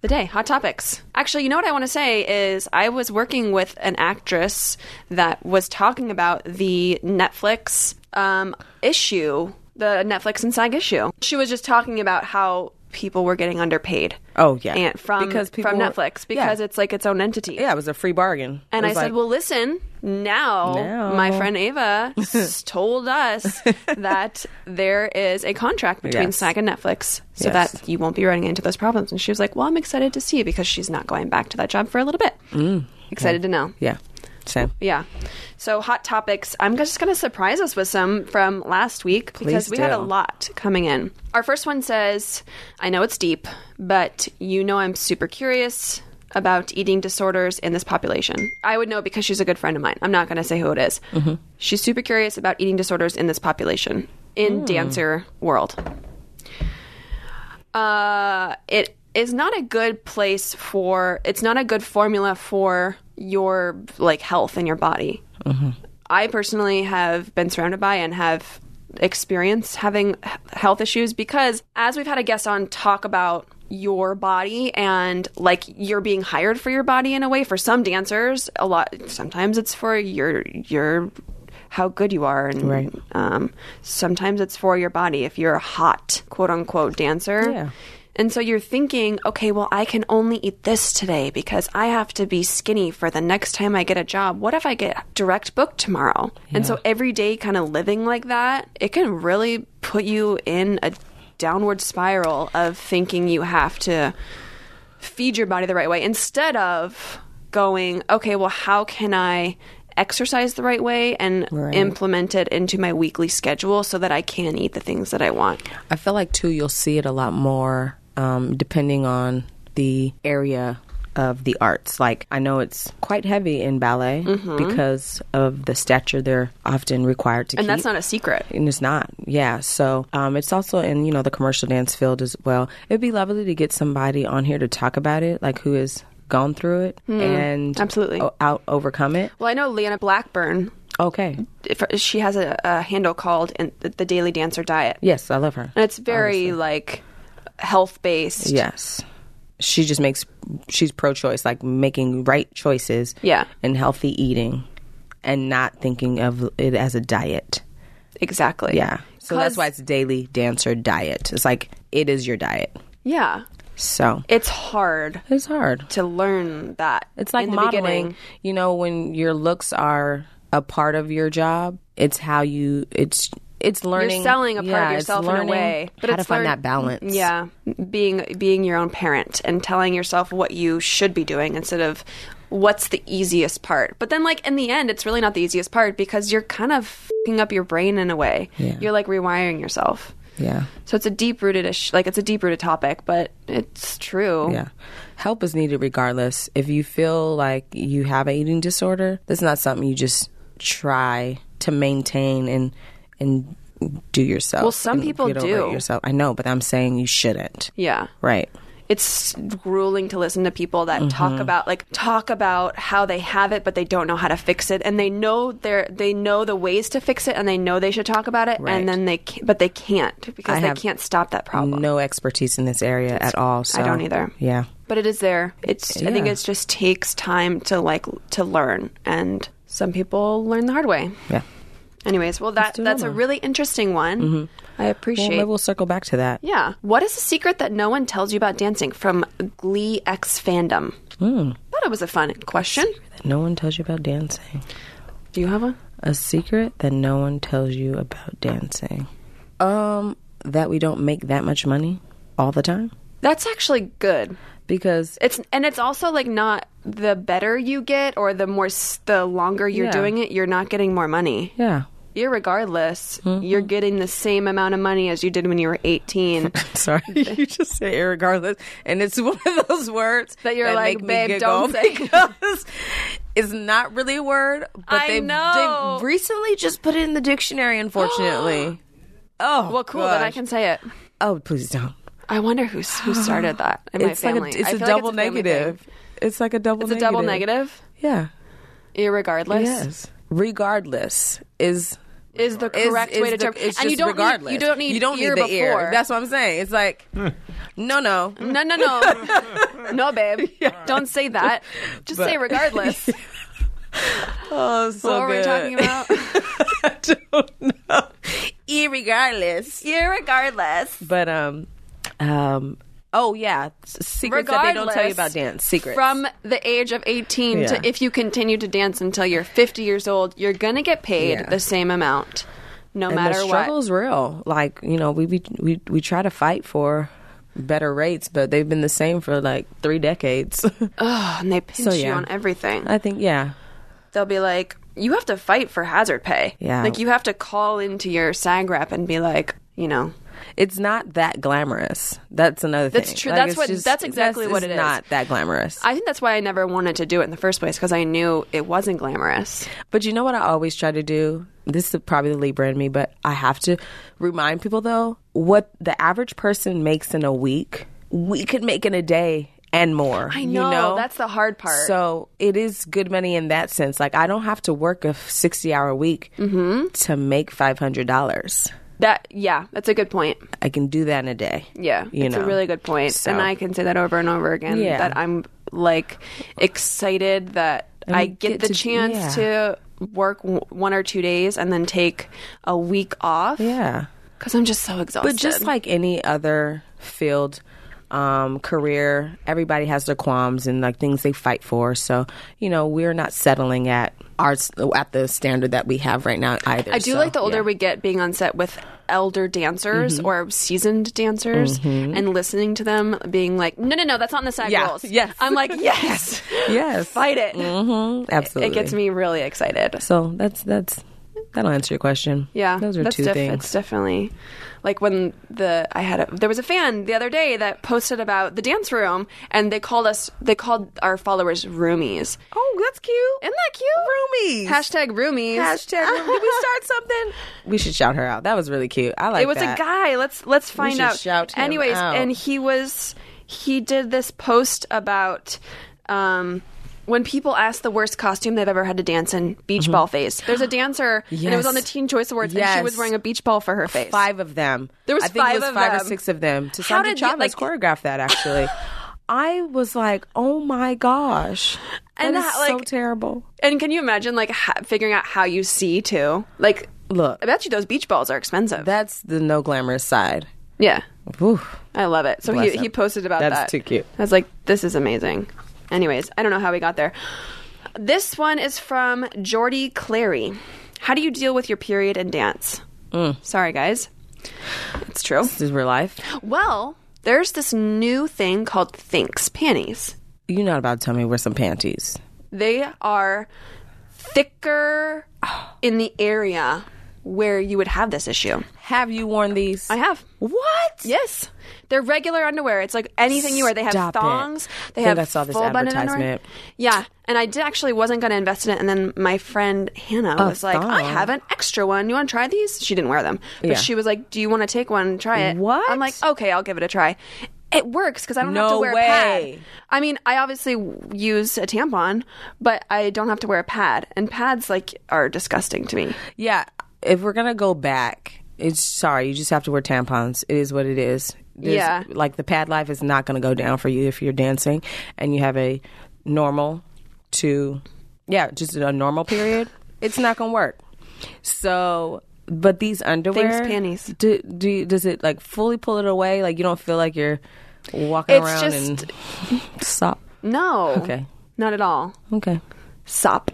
the day, hot topics. Actually, you know what I want to say is I was working with an actress that was talking about the Netflix um, issue, the Netflix and SAG issue. She was just talking about how people were getting underpaid.
Oh, yeah.
and from
Because people
from
were-
Netflix because
yeah.
it's like its own entity.
Yeah, it was a free bargain.
And
It
I
was
said,
like-
"Well, listen, now,
Now.
my friend Ava s- told us that there is a contract between
Yes.
SAG and Netflix, so
Yes.
that you won't be running into those problems." And she was like, "Well, I'm excited to see because she's not going back to that job for a little bit. excited to know."
Mm. yeah, same.
Yeah. So hot topics. I'm just going to surprise us with some from last week because
Please
we had a
do.
lot coming in. Our first one says, "I know it's deep, but you know I'm super curious about eating disorders in this population. I would know because she's a good friend of mine. I'm not going to say who it is.
Mm-hmm.
She's super curious about eating disorders in this population
Hmm.
in dancer world. Uh, it is not a good place for it's not a good formula for your like health and your body
Mm-hmm.
i personally have been surrounded by and have experienced having h- health issues because as we've had a guest on talk about your body and like you're being hired for your body in a way for some dancers a lot sometimes it's for your your how good you are and
Right.
um, sometimes it's for your body if you're a hot quote unquote dancer
Yeah.
and so you're thinking, okay, well, I can only eat this today because I have to be skinny for the next time I get a job. What if I get direct booked tomorrow? And so every day kind of living like that, it can really put you in a downward spiral of thinking you have to feed your body the right way instead of going, okay, well, how can I exercise the right way and implement it into my weekly schedule so that I can eat the things that I want?
I feel like too you'll see it a lot more um, depending on the area of the arts. Like I know it's quite heavy in ballet
Mm-hmm.
because of the stature they're often required to keep.
And that's not a secret.
and it's not yeah so um, it's also in you know the commercial dance field as well it'd be lovely to get somebody on here to talk about it like who has gone through it and
Hmm. absolutely.
o- out overcome it
Well, I know Leanna Blackburn.
okay
If she has a, a handle called in, the, the Daily Dancer Diet,
yes i love her
and it's very like health based.
yes she just makes she's pro-choice like making right choices
Yeah.
and healthy eating and not thinking of it as a diet
exactly.
yeah so that's
'Cause-
why it's daily dancer diet it's like it is your diet
yeah.
so
It's hard
it's hard
to learn that.
It's like
in the
modeling.
beginning.
You know, when your looks are a part of your job, it's how you it's it's learning.
You're selling a part
yeah,
of
it's
yourself in a
learning
way,
how to
it's
find
learn-
that balance.
Yeah, being being your own parent and telling yourself what you should be doing instead of what's the easiest part. But then, like in the end, it's really not the easiest part because you're kind of fing up your brain in a way.
Yeah.
You're like rewiring yourself.
yeah,
So it's a deep rooted ish, like it's a deep rooted topic, but it's true.
yeah. Help is needed regardless. If you feel like you have an eating disorder, that's not something you just try to maintain and and do yourself.
Well, some
and
people
get over it
do.
yourself. I know, but I'm saying you shouldn't.
Yeah.
Right.
It's grueling to listen to people that talk
Mm-hmm.
about like talk about how they have it but they don't know how to fix it and they know they they know the ways to fix it and they know they should talk about it
Right.
and then they can, but they can't because
I
they
have
can't stop that problem.
No expertise in this area at all. So
I don't either.
Yeah.
But it is there. It's I think
Yeah.
it just takes time to like to learn and some people learn the hard way.
Yeah.
Anyways, well that
do
that's a
another. Mm-hmm.
really interesting one. I
Well,
appreciate
maybe we'll circle back to that.
Yeah. What is the secret that no one tells you about dancing from Glee X fandom?
Hmm.
Thought it was a fun question.
No one tells you about dancing.
Do you have one?
A secret that no one tells you about dancing. Um, that we don't make that much money all the time
That's actually good.
because
It's and it's also like not the better you get or the more s- the longer you're
Yeah.
doing it, you're not getting more money.
yeah,
Irregardless,
Mm-hmm.
you're getting the same amount of money as you did when you were 18.
sorry, you just say irregardless, and it's one of those words
That you're like,
make me
"Babe,
giggle
don't say-"
because it's not really a word, but
I
they've,
know.
they've recently just put it in the dictionary. Unfortunately, oh
well, cool that I
gosh.
can say it.
Oh, please don't.
I wonder who's who started that in
It's
my
like a,
family.
it's a
I feel like
double
family thing.
negative. It's like a double.
It's a double negative.
Yeah.
Irregardless.
Regardless is
is the
is-
correct
is
way to
the-
term.
It's
and
just
you don't
regardless.
need you don't need
you don't
ear
need the
before.
ear. That's what I'm saying. It's like No, no.
No, no, no. no, babe. Don't say that. Just say regardless.
Oh, so
what were we talking about?
I don't know. Irregardless.
yeah, regardless.
But um, um. Oh yeah, S- secrets that they don't tell you
Regardless,
about dance. Secrets
From the age of 18
Yeah.
to if you continue to dance until you're 50 years old, you're going to get paid
Yeah.
the same amount no
and
matter
the
what.
struggle's real. Like you know, we, we we we try to fight for better rates, but they've been the same for like three decades.
Oh, and they pinch you
yeah.
on everything.
I think yeah,
They'll be like, you have to fight for hazard pay.
Yeah.
Like, you have to call into your SAG rep and be like, you know,
it's not that glamorous. That's another
That's
thing.
true.
Like,
That's
it's
what- that's exactly what
it's
it is.
Not that glamorous.
I think that's why I never wanted to do it in the first place because I knew it wasn't glamorous.
But you know what I always try to do? This is probably the Libra in me, but I have to remind people though what the average person makes in a week, we could make in a day and more.
I
you
know, that's the hard part.
So it is good money in that sense. Like I don't have to work a sixty-hour week
Mm-hmm.
to make five hundred dollars.
That yeah, that's a good point.
I can do that in a day.
Yeah,
you
it's
know,
a really good point,
So-
and I can say that over and over again.
Yeah.
that I'm like excited that
And
I
we
get,
get
the
to-
chance
yeah.
to work w- one or two days and then take a week off.
Yeah.
because I'm just so exhausted.
But just like any other field, um, career, everybody has their qualms and like things they fight for. So you know, we're not settling at our at the standard that we have right now either.
I do like the older we get being on set with elder dancers
Mm-hmm.
or seasoned dancers and listening to them being like, no, no, no, that's not in the side
Yeah.
rules.
Yes.
I'm like, yes,
Yes.
fight it.
hmm Absolutely.
It gets me really excited.
So that's that's that'll answer your question.
Yeah,
those are
that's
two
diff- It's
things.
definitely like when the I had a, there was a fan the other day that posted about the dance room, and they called us they called our followers roomies.
Oh, that's cute.
Isn't that cute?
Roomies.
Hashtag roomies.
Hashtag. Did we start something? We should shout her out. That was really cute. I like.
it was
that.
a guy. Let's let's find
should
out.
shout him
Anyways,
out.
and he was he did this post about um when people ask the worst costume they've ever had to dance in, beach ball face. There's a dancer, and it was
Mm-hmm. Yes.
on the Teen Choice Awards, and she
Yes.
was wearing a beach ball for her face.
five of them.
There was
I think
five
it was
of
five
them.
or six of them. To
How
Sandra
did you-
Chavez
like-
choreographed that actually. I was like, oh my gosh,
And
and that is
that,
so
like-
terrible.
And can you imagine like ha- figuring out how you see too? Like,
Look.
I bet you those beach balls are expensive.
That's the no glamorous side.
yeah,
Whew.
I love it. So he,
Bless him.
he posted about
That's
that.
too cute.
I was like, this is amazing. Anyways, I don't know how we got there. This one is from Jordy Clary. How do you deal with your period and dance? Sorry, guys. It's true.
This is real life.
Well, there's this new thing called Thinks panties.
You're not about to tell me we're some panties.
They are thicker in the area where you would have this issue.
Have you worn these?
I have.
What?
Yes, they're regular underwear. It's like anything you wear. They have
Stop it.
thongs. They
I think
have
I saw this
full button Underwear.
advertisement.
Yeah, and I did, actually wasn't going to invest in it, and then my friend Hannah
Oh,
was like, "I
thong.
have an extra one. You want to try these?" She didn't wear them, but
Yeah.
she was like, "Do you want to take one and try it?"
What?
I'm like, "Okay, I'll give it a try." It works because I don't have to
No
wear a
way.
pad. I mean, I obviously w- use a tampon, but I don't have to wear a pad, and pads like are disgusting to me.
Yeah. If we're gonna go back, it's sorry. You just have to wear tampons. It is what it is. There's-
Yeah.
Like the pad life is not gonna go down for you if you're dancing and you have a normal to yeah, just a normal period. It's not gonna work. So. But these underwear,
panties.
Do, do you- does it like fully pull it away? Like you don't feel like you're walking
It's
around
just
and stop.
no,
Okay,
not at all.
okay.
Sop,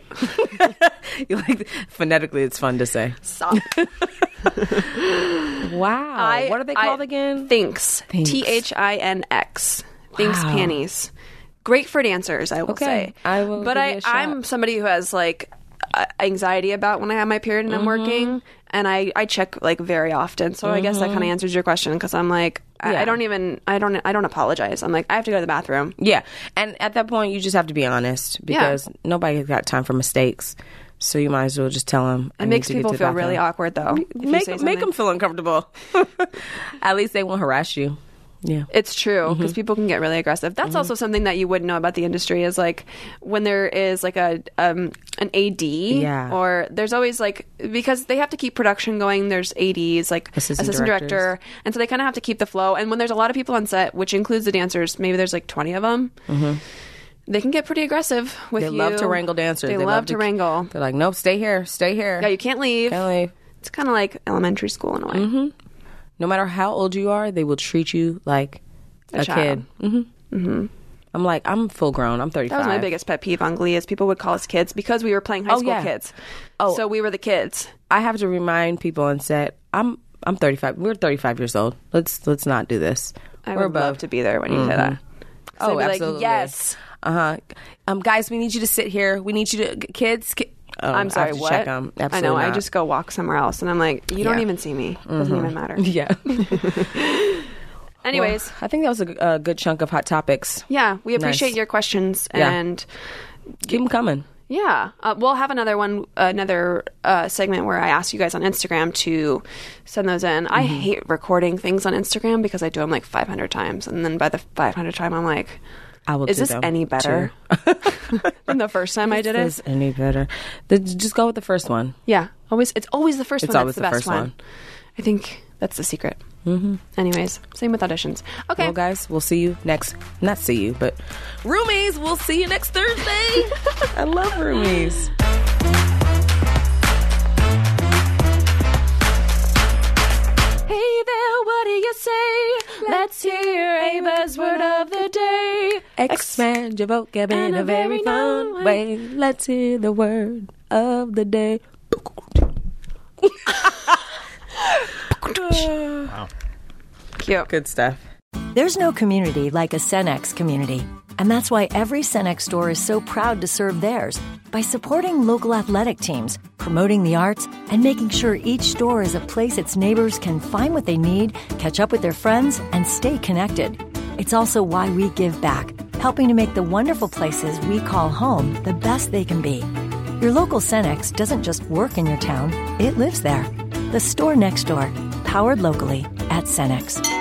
You like phonetically, it's fun to say.
sop.
Wow,
I-
what are they
I-
called again?
Thinks.
Thinks.
T H I N X. Thinks
Wow.
panties. Great for dancers, I will
Okay,
say.
I will
But
give
I,
you a shot.
I'm somebody who has like a- anxiety about when I have my period and I'm
Mm-hmm.
working, and I, I check like very often. So I guess that kind of answers your question because I'm like I, I
Mm-hmm. Yeah.
don't even I don't I don't apologize. I'm like I have to go to the bathroom.
Yeah. And at that point, you just have to be honest because nobody's got time for mistakes. So you might as well just tell them.
It makes people feel really awkward though. if you say
Make, make
something.
them feel uncomfortable. at least they won't harass you. Yeah.
It's true
Mm-hmm.
because people can get really aggressive. That's also something that you wouldn't know about the industry is like when there is like a um, an AD
Yeah.
or there's always like because they have to keep production going. There's ADs like
Assistant
assistant director, and so they kind of have to keep the flow. And when there's a lot of people on set, which includes the dancers, maybe there's like 20 of them. They can get pretty aggressive with
Mm-hmm. They
you.
love to wrangle dancers.
They, love, to, wrangle.
They're like, nope, stay here, stay here.
Yeah, you can't leave.
Can't leave.
It's kind of like elementary school in a way.
Mm-hmm. No matter how old you are, they will treat you like a,
A
kid.
child.
Mm-hmm. Mm-hmm. I'm like, I'm full grown. I'm 35.
That was my biggest pet peeve on Glee is people would call us kids because we were playing high
Oh,
school
yeah.
kids.
Oh.
so we were the kids.
I have to remind people on set. I'm I'm 35. We're 35 years old. Let's let's not do this.
I
We're
would
above.
love to be there when you say that. So
oh,
I'd be
absolutely.
Like, yes.
Uh huh. Um, guys, we need you to sit here. We need you to g- kids. Ki- Oh, I
I'm
have
sorry.
to
What?
Check 'em.
I
Absolutely
know. I
not.
just go walk somewhere else, and I'm like, you
Yeah.
don't
Mm-hmm.
even see me. Doesn't even matter.
yeah.
Anyways,
I think that was a, g- a good chunk of hot topics.
yeah, we appreciate
Nice.
your questions,
Yeah.
and
Keep them coming.
yeah, uh, we'll have another one, another uh, segment where I ask you guys on Instagram to send those in.
Mm-hmm.
I hate recording things on Instagram because I do them like 500 times, and then by the 500 time, I'm like.
I will.
Is
do
this
them,
any
too.
better than the first time I did it?
Is any better? Then just go with the first one.
Yeah, always. It's always the first
It's
one.
always
that's the,
the
best
first one.
I think that's the secret. Mm-hmm. Anyways, same with auditions. Okay,
Well, guys, we'll see you next. Not see you, but roomies. We'll see you next Thursday. I love roomies.
Hey there, what do you say? Let's hear a buzzword of the day.
Expand your vocab in
and
a
a
very
very
fun
known
way.
way.
Let's hear the word of the day.
Cute.
Good stuff.
There's no community like a Cenex community, and that's why every Cenex store is so proud to serve theirs by supporting local athletic teams, promoting the arts, and making sure each store is a place its neighbors can find what they need, catch up with their friends, and stay connected. It's also why we give back, helping to make the wonderful places we call home the best they can be. Your local Cenex doesn't just work in your town, it lives there. The store next door, powered locally at Cenex.